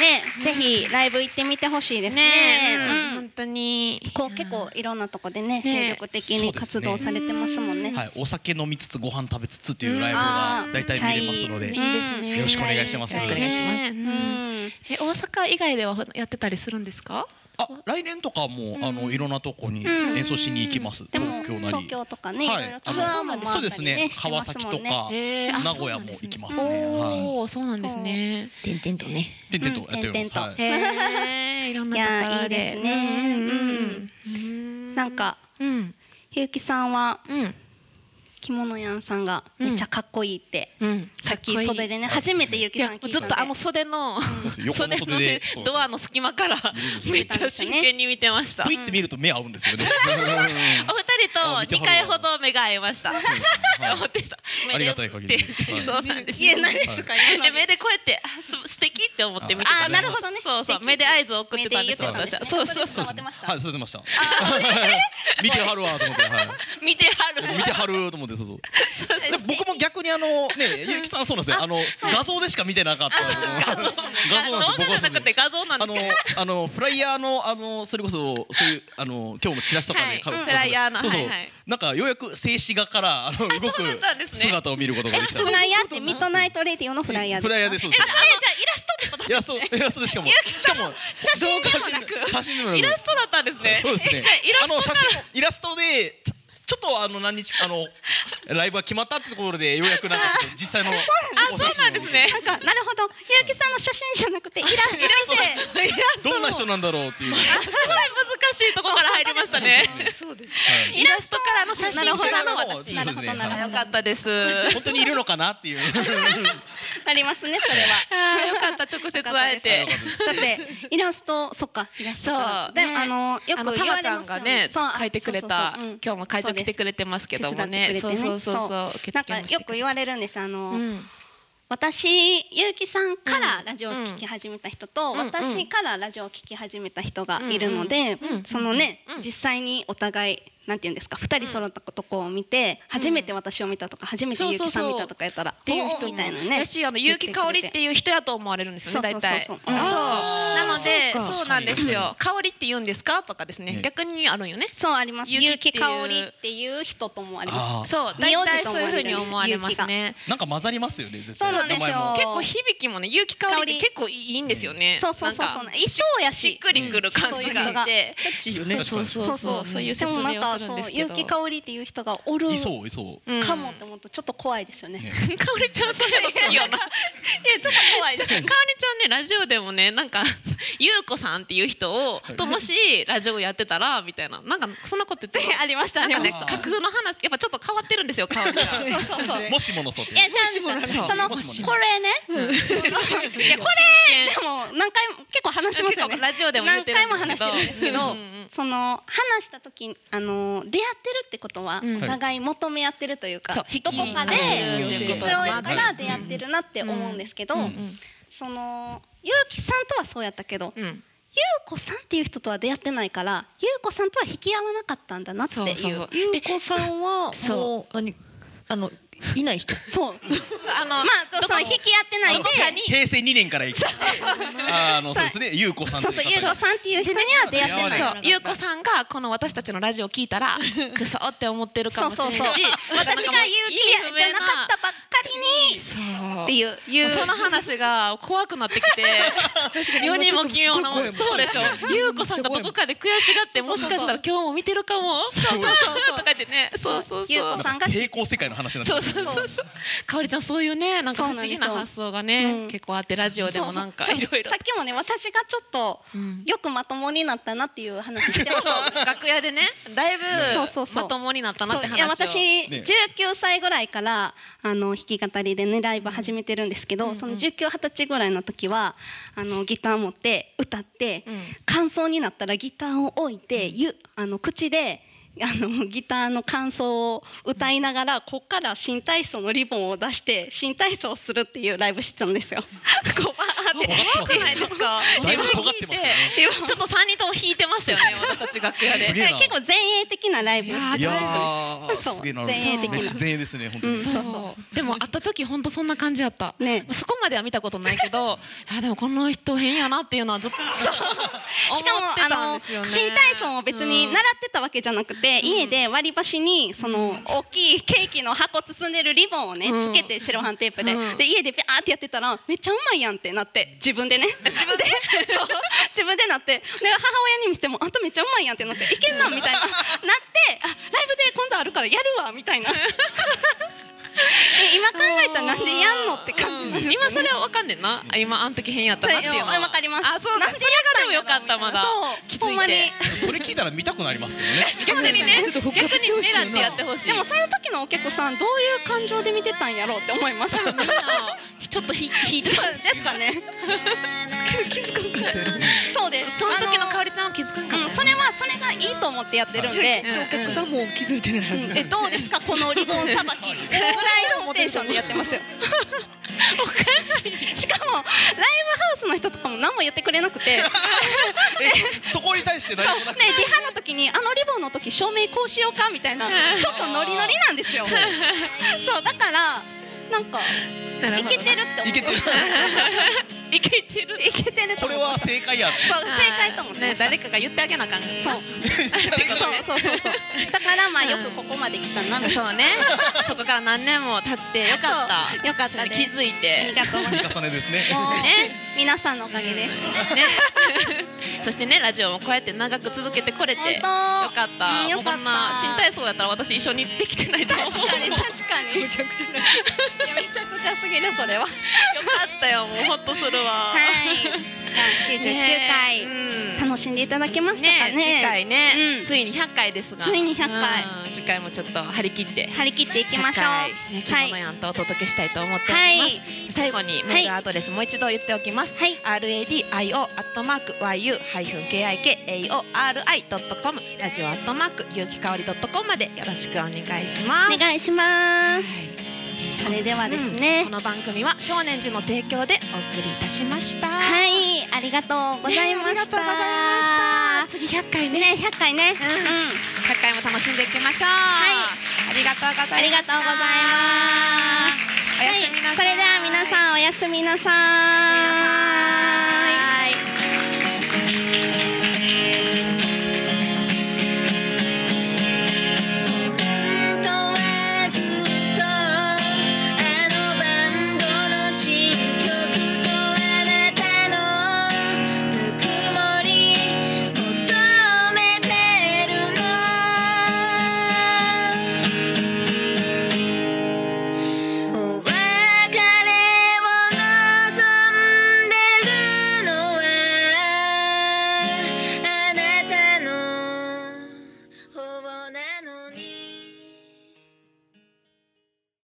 Speaker 1: ね、ぜひライブ行ってみてほしいですね。
Speaker 2: ねえ、
Speaker 1: うん
Speaker 2: 本当に
Speaker 1: こう結構いろんなとこでね、
Speaker 2: ね
Speaker 1: 精力的に活動されてますもんね。
Speaker 3: はい、お酒飲みつつご飯食べつつというライ
Speaker 1: う
Speaker 3: ブ
Speaker 1: ん
Speaker 3: が大体見れますの
Speaker 2: いい
Speaker 3: で、
Speaker 2: ですね。
Speaker 3: よろしくお願いします
Speaker 5: よろしくお願いします
Speaker 2: ねうんえ大阪以外ではやってたりするんですか？
Speaker 3: あ、来年とかもあ
Speaker 2: う
Speaker 3: の
Speaker 2: ん
Speaker 3: いろんなとこに
Speaker 1: うん
Speaker 3: 演奏しに行きます。
Speaker 1: でも
Speaker 3: 東京なり
Speaker 1: 東、京とかね、
Speaker 3: はい
Speaker 1: いろいろツアーも
Speaker 3: そ
Speaker 1: 回
Speaker 3: う
Speaker 1: っ
Speaker 3: で
Speaker 1: た
Speaker 3: す
Speaker 1: り
Speaker 3: ね
Speaker 1: ね、、してま
Speaker 3: 川
Speaker 1: す
Speaker 3: 崎
Speaker 1: も
Speaker 3: と
Speaker 1: んね。
Speaker 3: か、
Speaker 2: え
Speaker 3: 名古屋も行きますね
Speaker 2: おお、そうなんですね。
Speaker 5: 点々とね。
Speaker 3: 点々とやっております。
Speaker 1: うん
Speaker 3: はい。
Speaker 2: へ [LAUGHS] え、いろんなところで。
Speaker 1: いやいいですね
Speaker 2: うん
Speaker 1: なん、か
Speaker 2: うん、
Speaker 1: ひゆきさんは
Speaker 2: うん、
Speaker 1: 着物屋さんがめっちゃかっこいいって、
Speaker 2: うん、
Speaker 1: さっき袖でね初めてゆき
Speaker 2: いや
Speaker 1: さん聞い
Speaker 2: ず
Speaker 1: た
Speaker 2: っ
Speaker 1: んで
Speaker 2: とあの袖の
Speaker 3: そうです横の
Speaker 2: 袖
Speaker 3: 袖
Speaker 2: の
Speaker 3: で
Speaker 2: ね、
Speaker 3: そうそう
Speaker 2: ドアの隙間から
Speaker 3: 見るんですよ
Speaker 2: めっちゃ真剣に見てました。お
Speaker 3: ぷ
Speaker 2: 二
Speaker 3: いって見ると目合うんですよね。あ
Speaker 2: 人
Speaker 3: 見
Speaker 2: と
Speaker 3: ては
Speaker 2: 二
Speaker 3: るわ
Speaker 2: 回ほど目が合いました。思
Speaker 3: は
Speaker 2: ってた。
Speaker 3: いありがたい限りです。はい
Speaker 2: そうなんです。
Speaker 1: 言えないですか、言えない
Speaker 2: [LAUGHS] え目でこうやってあす素敵って思って見て
Speaker 3: あ
Speaker 2: た
Speaker 3: ーなるほ
Speaker 1: どね
Speaker 2: そうそ
Speaker 1: 素
Speaker 2: う
Speaker 1: 敵
Speaker 2: 目で合図を送ってたんですよ
Speaker 3: 目で言
Speaker 2: 私
Speaker 1: ってたん
Speaker 2: は
Speaker 1: ですね
Speaker 2: そうそうそう
Speaker 1: 伝わってました
Speaker 3: はい、そう出ました。見てはるわと思って、はい。
Speaker 2: [LAUGHS] 見てはる
Speaker 3: 見てはると思って、そうそう。で僕も逆にあのね、ゆうきさんそうなんですよ。あの画像でしか見てなかった。画像
Speaker 2: 動
Speaker 3: なんですよ。
Speaker 2: 画
Speaker 3: 僕
Speaker 2: じ
Speaker 3: は
Speaker 2: ゃなくて画像なん
Speaker 3: あ
Speaker 2: です
Speaker 3: の
Speaker 2: けど
Speaker 3: あのフライヤーのあのそれこそそういうあの今日もチラシとか
Speaker 2: は
Speaker 3: で
Speaker 2: い
Speaker 3: 買う、
Speaker 2: フライヤーの
Speaker 3: そうそう、
Speaker 2: はいはい
Speaker 3: なんかようやく静止画からあの動
Speaker 2: そうだっ
Speaker 3: く
Speaker 2: たんですね
Speaker 3: 姿を見ることができた。
Speaker 1: えフライヤーってミッドナイトレディオのフライヤー
Speaker 3: フライヤーです。そうですイラストイラストでしかもしかも
Speaker 2: 写真でもな
Speaker 3: 動画写真写真でもな
Speaker 2: くイラストだったんですね
Speaker 3: そう
Speaker 1: [LAUGHS]
Speaker 3: ですね
Speaker 2: じゃあイラス
Speaker 3: あの写真イラストでちょちょっとあの何日か
Speaker 1: [LAUGHS]
Speaker 3: あのライブが決まったってところでようやくなんかちょっと実
Speaker 1: [LAUGHS]
Speaker 3: 際の
Speaker 2: あそうなんですね
Speaker 1: なんかなるほど、ゆうきさんの写真じゃなくてイライラスト
Speaker 3: どんな人なんだろうっていう。
Speaker 2: すごい難しいところから入りましたね
Speaker 4: そうです。
Speaker 3: はい
Speaker 2: イラストからの写真
Speaker 1: なるほど
Speaker 2: からの
Speaker 3: そうです
Speaker 1: な
Speaker 2: 私
Speaker 3: ね
Speaker 1: るほどなるほ
Speaker 3: は
Speaker 1: ど
Speaker 3: い
Speaker 2: よかったです
Speaker 3: 本当にいるのかな
Speaker 1: [LAUGHS]
Speaker 3: っていう。
Speaker 1: ありますねそ
Speaker 2: [LAUGHS]
Speaker 1: れは。
Speaker 2: あーよかった直接会えて
Speaker 1: だってイラストそっかイラストか
Speaker 2: そう
Speaker 1: で
Speaker 2: ね
Speaker 1: あのよ
Speaker 2: あの
Speaker 1: く
Speaker 2: た
Speaker 1: 言わ
Speaker 2: ま
Speaker 1: れ
Speaker 2: ちゃ
Speaker 1: ま
Speaker 2: ん
Speaker 1: すよ
Speaker 2: が
Speaker 1: ね
Speaker 2: ね
Speaker 1: そうあ
Speaker 2: 書いてくれ
Speaker 1: そうそう
Speaker 2: た
Speaker 1: そううん
Speaker 2: 今日も会場来てくれてますけどもね
Speaker 1: そ
Speaker 2: そうう
Speaker 1: です
Speaker 2: そうそうそう受け
Speaker 1: なん
Speaker 2: 付け
Speaker 1: か
Speaker 2: ました
Speaker 1: よく言われるんですあの、
Speaker 2: うん
Speaker 1: 私ゆうきさんから
Speaker 2: うん
Speaker 1: ラジオを聞き始めた人と、
Speaker 2: うん
Speaker 1: 私からラジオを聞き始めた人がいるので、
Speaker 2: うんうん
Speaker 1: そのね、
Speaker 2: うん
Speaker 1: 実際にお互いなんて言うんですか二人揃ったとこを見て、初めて私を見たとか初めてゆうきさん見たとかやったら
Speaker 2: っていう人
Speaker 1: みたいな
Speaker 2: だ
Speaker 1: ね。
Speaker 2: しあの結城香りっていう人やと思われるんですよね
Speaker 1: そう
Speaker 2: 大体
Speaker 1: そうそうそう
Speaker 2: そう
Speaker 1: うん
Speaker 2: なので
Speaker 3: そうか
Speaker 2: そうなんですよ香りって言うんですかとかですね
Speaker 3: ね
Speaker 2: 逆にあるんよね
Speaker 1: そうあります。
Speaker 2: ゆうき
Speaker 1: ゆう
Speaker 2: ってい
Speaker 1: き
Speaker 2: う
Speaker 1: かおりっていう人ともあります。
Speaker 3: あー
Speaker 2: そう
Speaker 1: 名字
Speaker 2: 大体
Speaker 1: と
Speaker 2: そ
Speaker 1: 思
Speaker 2: う
Speaker 1: わ
Speaker 2: いうふ
Speaker 1: れ
Speaker 2: う
Speaker 1: る
Speaker 2: に思われますね
Speaker 3: なんか混ざりますよね。絶
Speaker 1: そ
Speaker 3: 対
Speaker 1: うなんですよ
Speaker 3: 名前も
Speaker 1: 結
Speaker 2: 結
Speaker 1: 構
Speaker 2: 構響きもね結城香りって結構いいんですよね
Speaker 1: そうそうそうそう。
Speaker 2: なんか
Speaker 1: 衣装や
Speaker 2: しっ
Speaker 1: し。
Speaker 2: くりくる感じがあって
Speaker 4: キャッチーよね。
Speaker 3: そう
Speaker 2: そうそうそういう
Speaker 1: で
Speaker 2: 説
Speaker 1: も
Speaker 2: 明を
Speaker 1: なんか
Speaker 2: するん
Speaker 1: そ
Speaker 2: で
Speaker 1: う
Speaker 2: す
Speaker 1: ゆ
Speaker 2: け
Speaker 1: う
Speaker 2: ど
Speaker 1: きかおりっていう人がおる
Speaker 3: いそういそ
Speaker 2: うん
Speaker 1: かもって思うとちょっと怖いですよ
Speaker 3: う。
Speaker 1: ね
Speaker 3: ね。
Speaker 2: 香りちゃんそういうの好きよな
Speaker 1: えちょっと
Speaker 2: [LAUGHS]
Speaker 1: 怖いです。
Speaker 2: かおりちゃんねラジオでもねなんか [LAUGHS] ゆうこさんっていう人をともしラジオやってたらみたいななんかそんなこと
Speaker 1: [LAUGHS]
Speaker 2: 言ってた
Speaker 1: ありました
Speaker 2: なん
Speaker 1: ね
Speaker 2: か。ね
Speaker 3: ありました
Speaker 2: 架空の話やっぱちょっと変わってるんですよ香りが。
Speaker 1: [LAUGHS] そうそうそう。
Speaker 3: もしもの想定
Speaker 1: いや、じゃあですよ、その、こ
Speaker 3: もしも
Speaker 1: れね、こ
Speaker 2: いやこ
Speaker 1: れでも、何回も、結構話してますよね。
Speaker 2: ラジオでも言ってるんですけど
Speaker 1: 何回も話してるんですけど
Speaker 2: うんうん
Speaker 1: その、話した時、あの、出会ってるってことは、
Speaker 2: うん
Speaker 1: お互い求め合ってるというか。
Speaker 2: そう
Speaker 1: どこかで、
Speaker 2: 引
Speaker 1: 必
Speaker 3: き合い
Speaker 1: 要やから、出会ってるなって思うんですけど
Speaker 3: うん、
Speaker 1: その。ゆうきさんとはそうやったけど、ゆう
Speaker 2: うんうん
Speaker 1: こさんっていう人とは出会ってないから、ゆうこさんとは引き合わなかったんだなって
Speaker 2: そうそ
Speaker 1: いうう。
Speaker 4: ゆうこさんは
Speaker 2: そう
Speaker 4: もう何あのいない人。
Speaker 1: そう、
Speaker 2: あの
Speaker 1: [LAUGHS] まあ、
Speaker 2: ど
Speaker 1: そ
Speaker 2: こ
Speaker 1: の引き合ってない
Speaker 2: どこか
Speaker 1: で。
Speaker 2: に
Speaker 3: 平成2年から生きてるあのそうですねゆうこさん
Speaker 1: そうそう、ゆうこさんっていう人には出会ってない。
Speaker 2: そうゆうこさんがこの私たちのラジオ聞いたら [LAUGHS] クソって思ってるかもしれないし
Speaker 1: そうそう私が言う気じゃなかったばっかりに
Speaker 2: そう
Speaker 1: っていう言う
Speaker 2: その話が怖くなってき [LAUGHS] て世にも奇妙なもんそうでしょ [LAUGHS] 優子さんがどこかで悔しがってもしかしたら今日も見てるかもそうそうそうとか言ってねそうそう
Speaker 1: ゆう
Speaker 2: そう
Speaker 1: こさんが
Speaker 3: 平行世界の話なん
Speaker 2: そうそうそうそうかおりちゃんそういうねなんか不思議な
Speaker 1: そうなんで
Speaker 2: 発想が
Speaker 1: う
Speaker 2: ね
Speaker 1: ん
Speaker 2: 結構あってラジオでもなんか
Speaker 1: そう
Speaker 2: いろいろ
Speaker 1: さっきもね私がちょっとよくまともになったなっていう話してました
Speaker 2: 楽屋でねだいぶ
Speaker 1: そうそうそう
Speaker 2: まともになったなって
Speaker 1: そうい
Speaker 2: 話
Speaker 1: や
Speaker 2: を
Speaker 1: 私19歳ぐらいからあの弾き語りでねライブ始めてるんですけ
Speaker 2: うん
Speaker 1: ど
Speaker 2: うん
Speaker 1: その1920歳ぐらいの時はあのギター持って歌って
Speaker 2: うん
Speaker 1: 感想になったらギターを置いてゆあの口であのギターの感想を歌いながらこっから新体操のリボンを出して新体操をするっていうライブしてたんですよ。こうバーって
Speaker 3: 尖って
Speaker 2: じゃないですか。
Speaker 3: だいぶ尖ってますよね
Speaker 1: リボン
Speaker 2: ちょっと三人とも引いてまし
Speaker 1: [LAUGHS]
Speaker 2: たよね、私たち楽屋
Speaker 3: す
Speaker 2: で。
Speaker 3: げえな
Speaker 1: 結構前衛的なライブをしてたん
Speaker 3: い
Speaker 1: ですよ
Speaker 3: やー
Speaker 1: そう
Speaker 3: すげえな
Speaker 1: 前衛的な
Speaker 3: めっちゃ前衛ですね本当に、
Speaker 1: うん
Speaker 2: そうそう。でも会った時本当そんな感じやった。
Speaker 1: ね
Speaker 2: そこまでは見たことないけ
Speaker 1: [LAUGHS]
Speaker 2: ど、いやでもこの人変やなっていうのはずっと
Speaker 1: しかもあの新体操も別に習ってたわけじゃなくて、
Speaker 2: うん
Speaker 1: 家で割り箸にその、
Speaker 2: うん
Speaker 1: 大きいケーキの箱包んでるリボンをね、
Speaker 2: うん
Speaker 1: つけてセロハンテープで、
Speaker 2: うん
Speaker 1: で家でピャーってやってたらめっちゃうまいやんってなって自分でね自分でそう自分でなってで母親に見せてもあんためっちゃうまいやんってなっていけんなみたいななってあライブで今度あるからやるわみたいな。え今考えたらなんでやんのって感じなんですよね
Speaker 2: 今それはわかんねんな。今あの時変やったなっていうのは。
Speaker 1: わかります
Speaker 2: あ、そう
Speaker 1: な
Speaker 2: だ。
Speaker 1: ん
Speaker 2: そ
Speaker 1: で
Speaker 2: れがでもよかったまだ。
Speaker 1: そう
Speaker 2: 気づいて
Speaker 1: ほんまに
Speaker 3: それ聞いたら見たくなりますけど
Speaker 1: [LAUGHS]
Speaker 3: ね
Speaker 2: 逆にね、
Speaker 4: ちょっと復
Speaker 2: 逆に
Speaker 4: 活してほしいな
Speaker 2: 狙ってやってほしい。
Speaker 1: でもその時のお客さんどういう感情で見てたんやろうって思い
Speaker 2: [LAUGHS]
Speaker 1: ます。
Speaker 2: みんなちょっとひ引いて
Speaker 1: です
Speaker 2: た。
Speaker 1: かね。
Speaker 4: 気づかんかったよね
Speaker 1: そうです。
Speaker 2: その時のかお
Speaker 1: わ
Speaker 2: りちゃんは気づかんか
Speaker 1: う
Speaker 2: っ
Speaker 1: ん、
Speaker 2: た
Speaker 1: それはそれがいいと思ってやってるんで
Speaker 4: き。っとお客さんも気づいてないはず
Speaker 1: うんえどうですかこのリボンさばき。ぐらいのテンションでやってます
Speaker 2: [LAUGHS]
Speaker 1: よ。おかしい。しかもライブハウスの人とかも何も言ってくれなく
Speaker 2: [LAUGHS]
Speaker 1: て、そうね
Speaker 3: えそこに対して
Speaker 1: リ
Speaker 3: 何もな
Speaker 1: ハ
Speaker 3: く
Speaker 1: の時にあのリボンの時照明こうしようかみたいなちょっとノリノリなんですよ。
Speaker 2: [LAUGHS]
Speaker 1: そうだからなんか
Speaker 2: [LAUGHS] なる
Speaker 1: い
Speaker 2: ほど
Speaker 1: け
Speaker 2: [LAUGHS]
Speaker 1: てるって思って。
Speaker 3: いけ
Speaker 2: い
Speaker 3: てる
Speaker 2: けてる。
Speaker 1: いけてると
Speaker 3: こ
Speaker 1: 思
Speaker 3: れ
Speaker 1: う
Speaker 3: は正解やって
Speaker 1: [LAUGHS] そう正解と思って
Speaker 2: ね
Speaker 1: ました、
Speaker 2: 誰かが言ってあげなあかん
Speaker 1: そうそうそうそうそうだからまあ
Speaker 2: うん
Speaker 1: よくここまで来たなみたい
Speaker 2: そ
Speaker 1: [LAUGHS]
Speaker 2: うねそこから何年も経ってよかった
Speaker 1: なよかったです
Speaker 2: 気づい
Speaker 1: あり
Speaker 2: て
Speaker 1: がとうございま
Speaker 3: 積み重ねですね
Speaker 1: すもう
Speaker 2: ね
Speaker 1: 皆さんのおかげです
Speaker 2: ねそしてねラジオもこうやって長く続けてこれて
Speaker 1: 本
Speaker 2: よ
Speaker 1: 当
Speaker 2: かった
Speaker 1: うんよかった
Speaker 2: もうこんな新体操やったら私一緒にできてないと思う
Speaker 1: 確かに確かにい
Speaker 4: めちゃくちゃ
Speaker 1: や
Speaker 4: な
Speaker 1: めちゃくちゃすぎるそれはは
Speaker 2: よかったよもうホッとするわ
Speaker 1: いじゃあ99回、
Speaker 2: ね
Speaker 1: 楽しんでいただけましたか
Speaker 2: ね
Speaker 1: ね
Speaker 2: 次回ね
Speaker 1: うん
Speaker 2: ついに100回ですが
Speaker 1: ついに100回
Speaker 2: うん次回もちょっと張り切って
Speaker 1: 張り切っていきましょう
Speaker 2: 100
Speaker 1: は
Speaker 2: 回ね着物やんとお届けしたいと思っております、
Speaker 1: い
Speaker 2: 最後にメールアドレスもう一度言っておきます。
Speaker 1: はい
Speaker 2: radio アットマーク yu ハイフン kik aori ドットコムラジオアットマーク有機香りドットコムまでよろしくお願いします。
Speaker 1: お願いしま
Speaker 2: は
Speaker 1: す
Speaker 2: い
Speaker 1: それではですね
Speaker 2: この番組は少年寺の提供でお送りいたしました。い。
Speaker 1: はいありがとうございました、
Speaker 2: ねありがとうございました。次100回ね。
Speaker 1: ね100回ね、うん
Speaker 2: 100回も楽しんでいきましょう。はい。ありがとうござ
Speaker 1: あ
Speaker 2: い
Speaker 1: り
Speaker 2: ま
Speaker 1: が
Speaker 2: し
Speaker 1: と
Speaker 2: た。
Speaker 1: うございます。
Speaker 2: おやすみなさい
Speaker 1: はい、それでは皆さんおやすみなさい。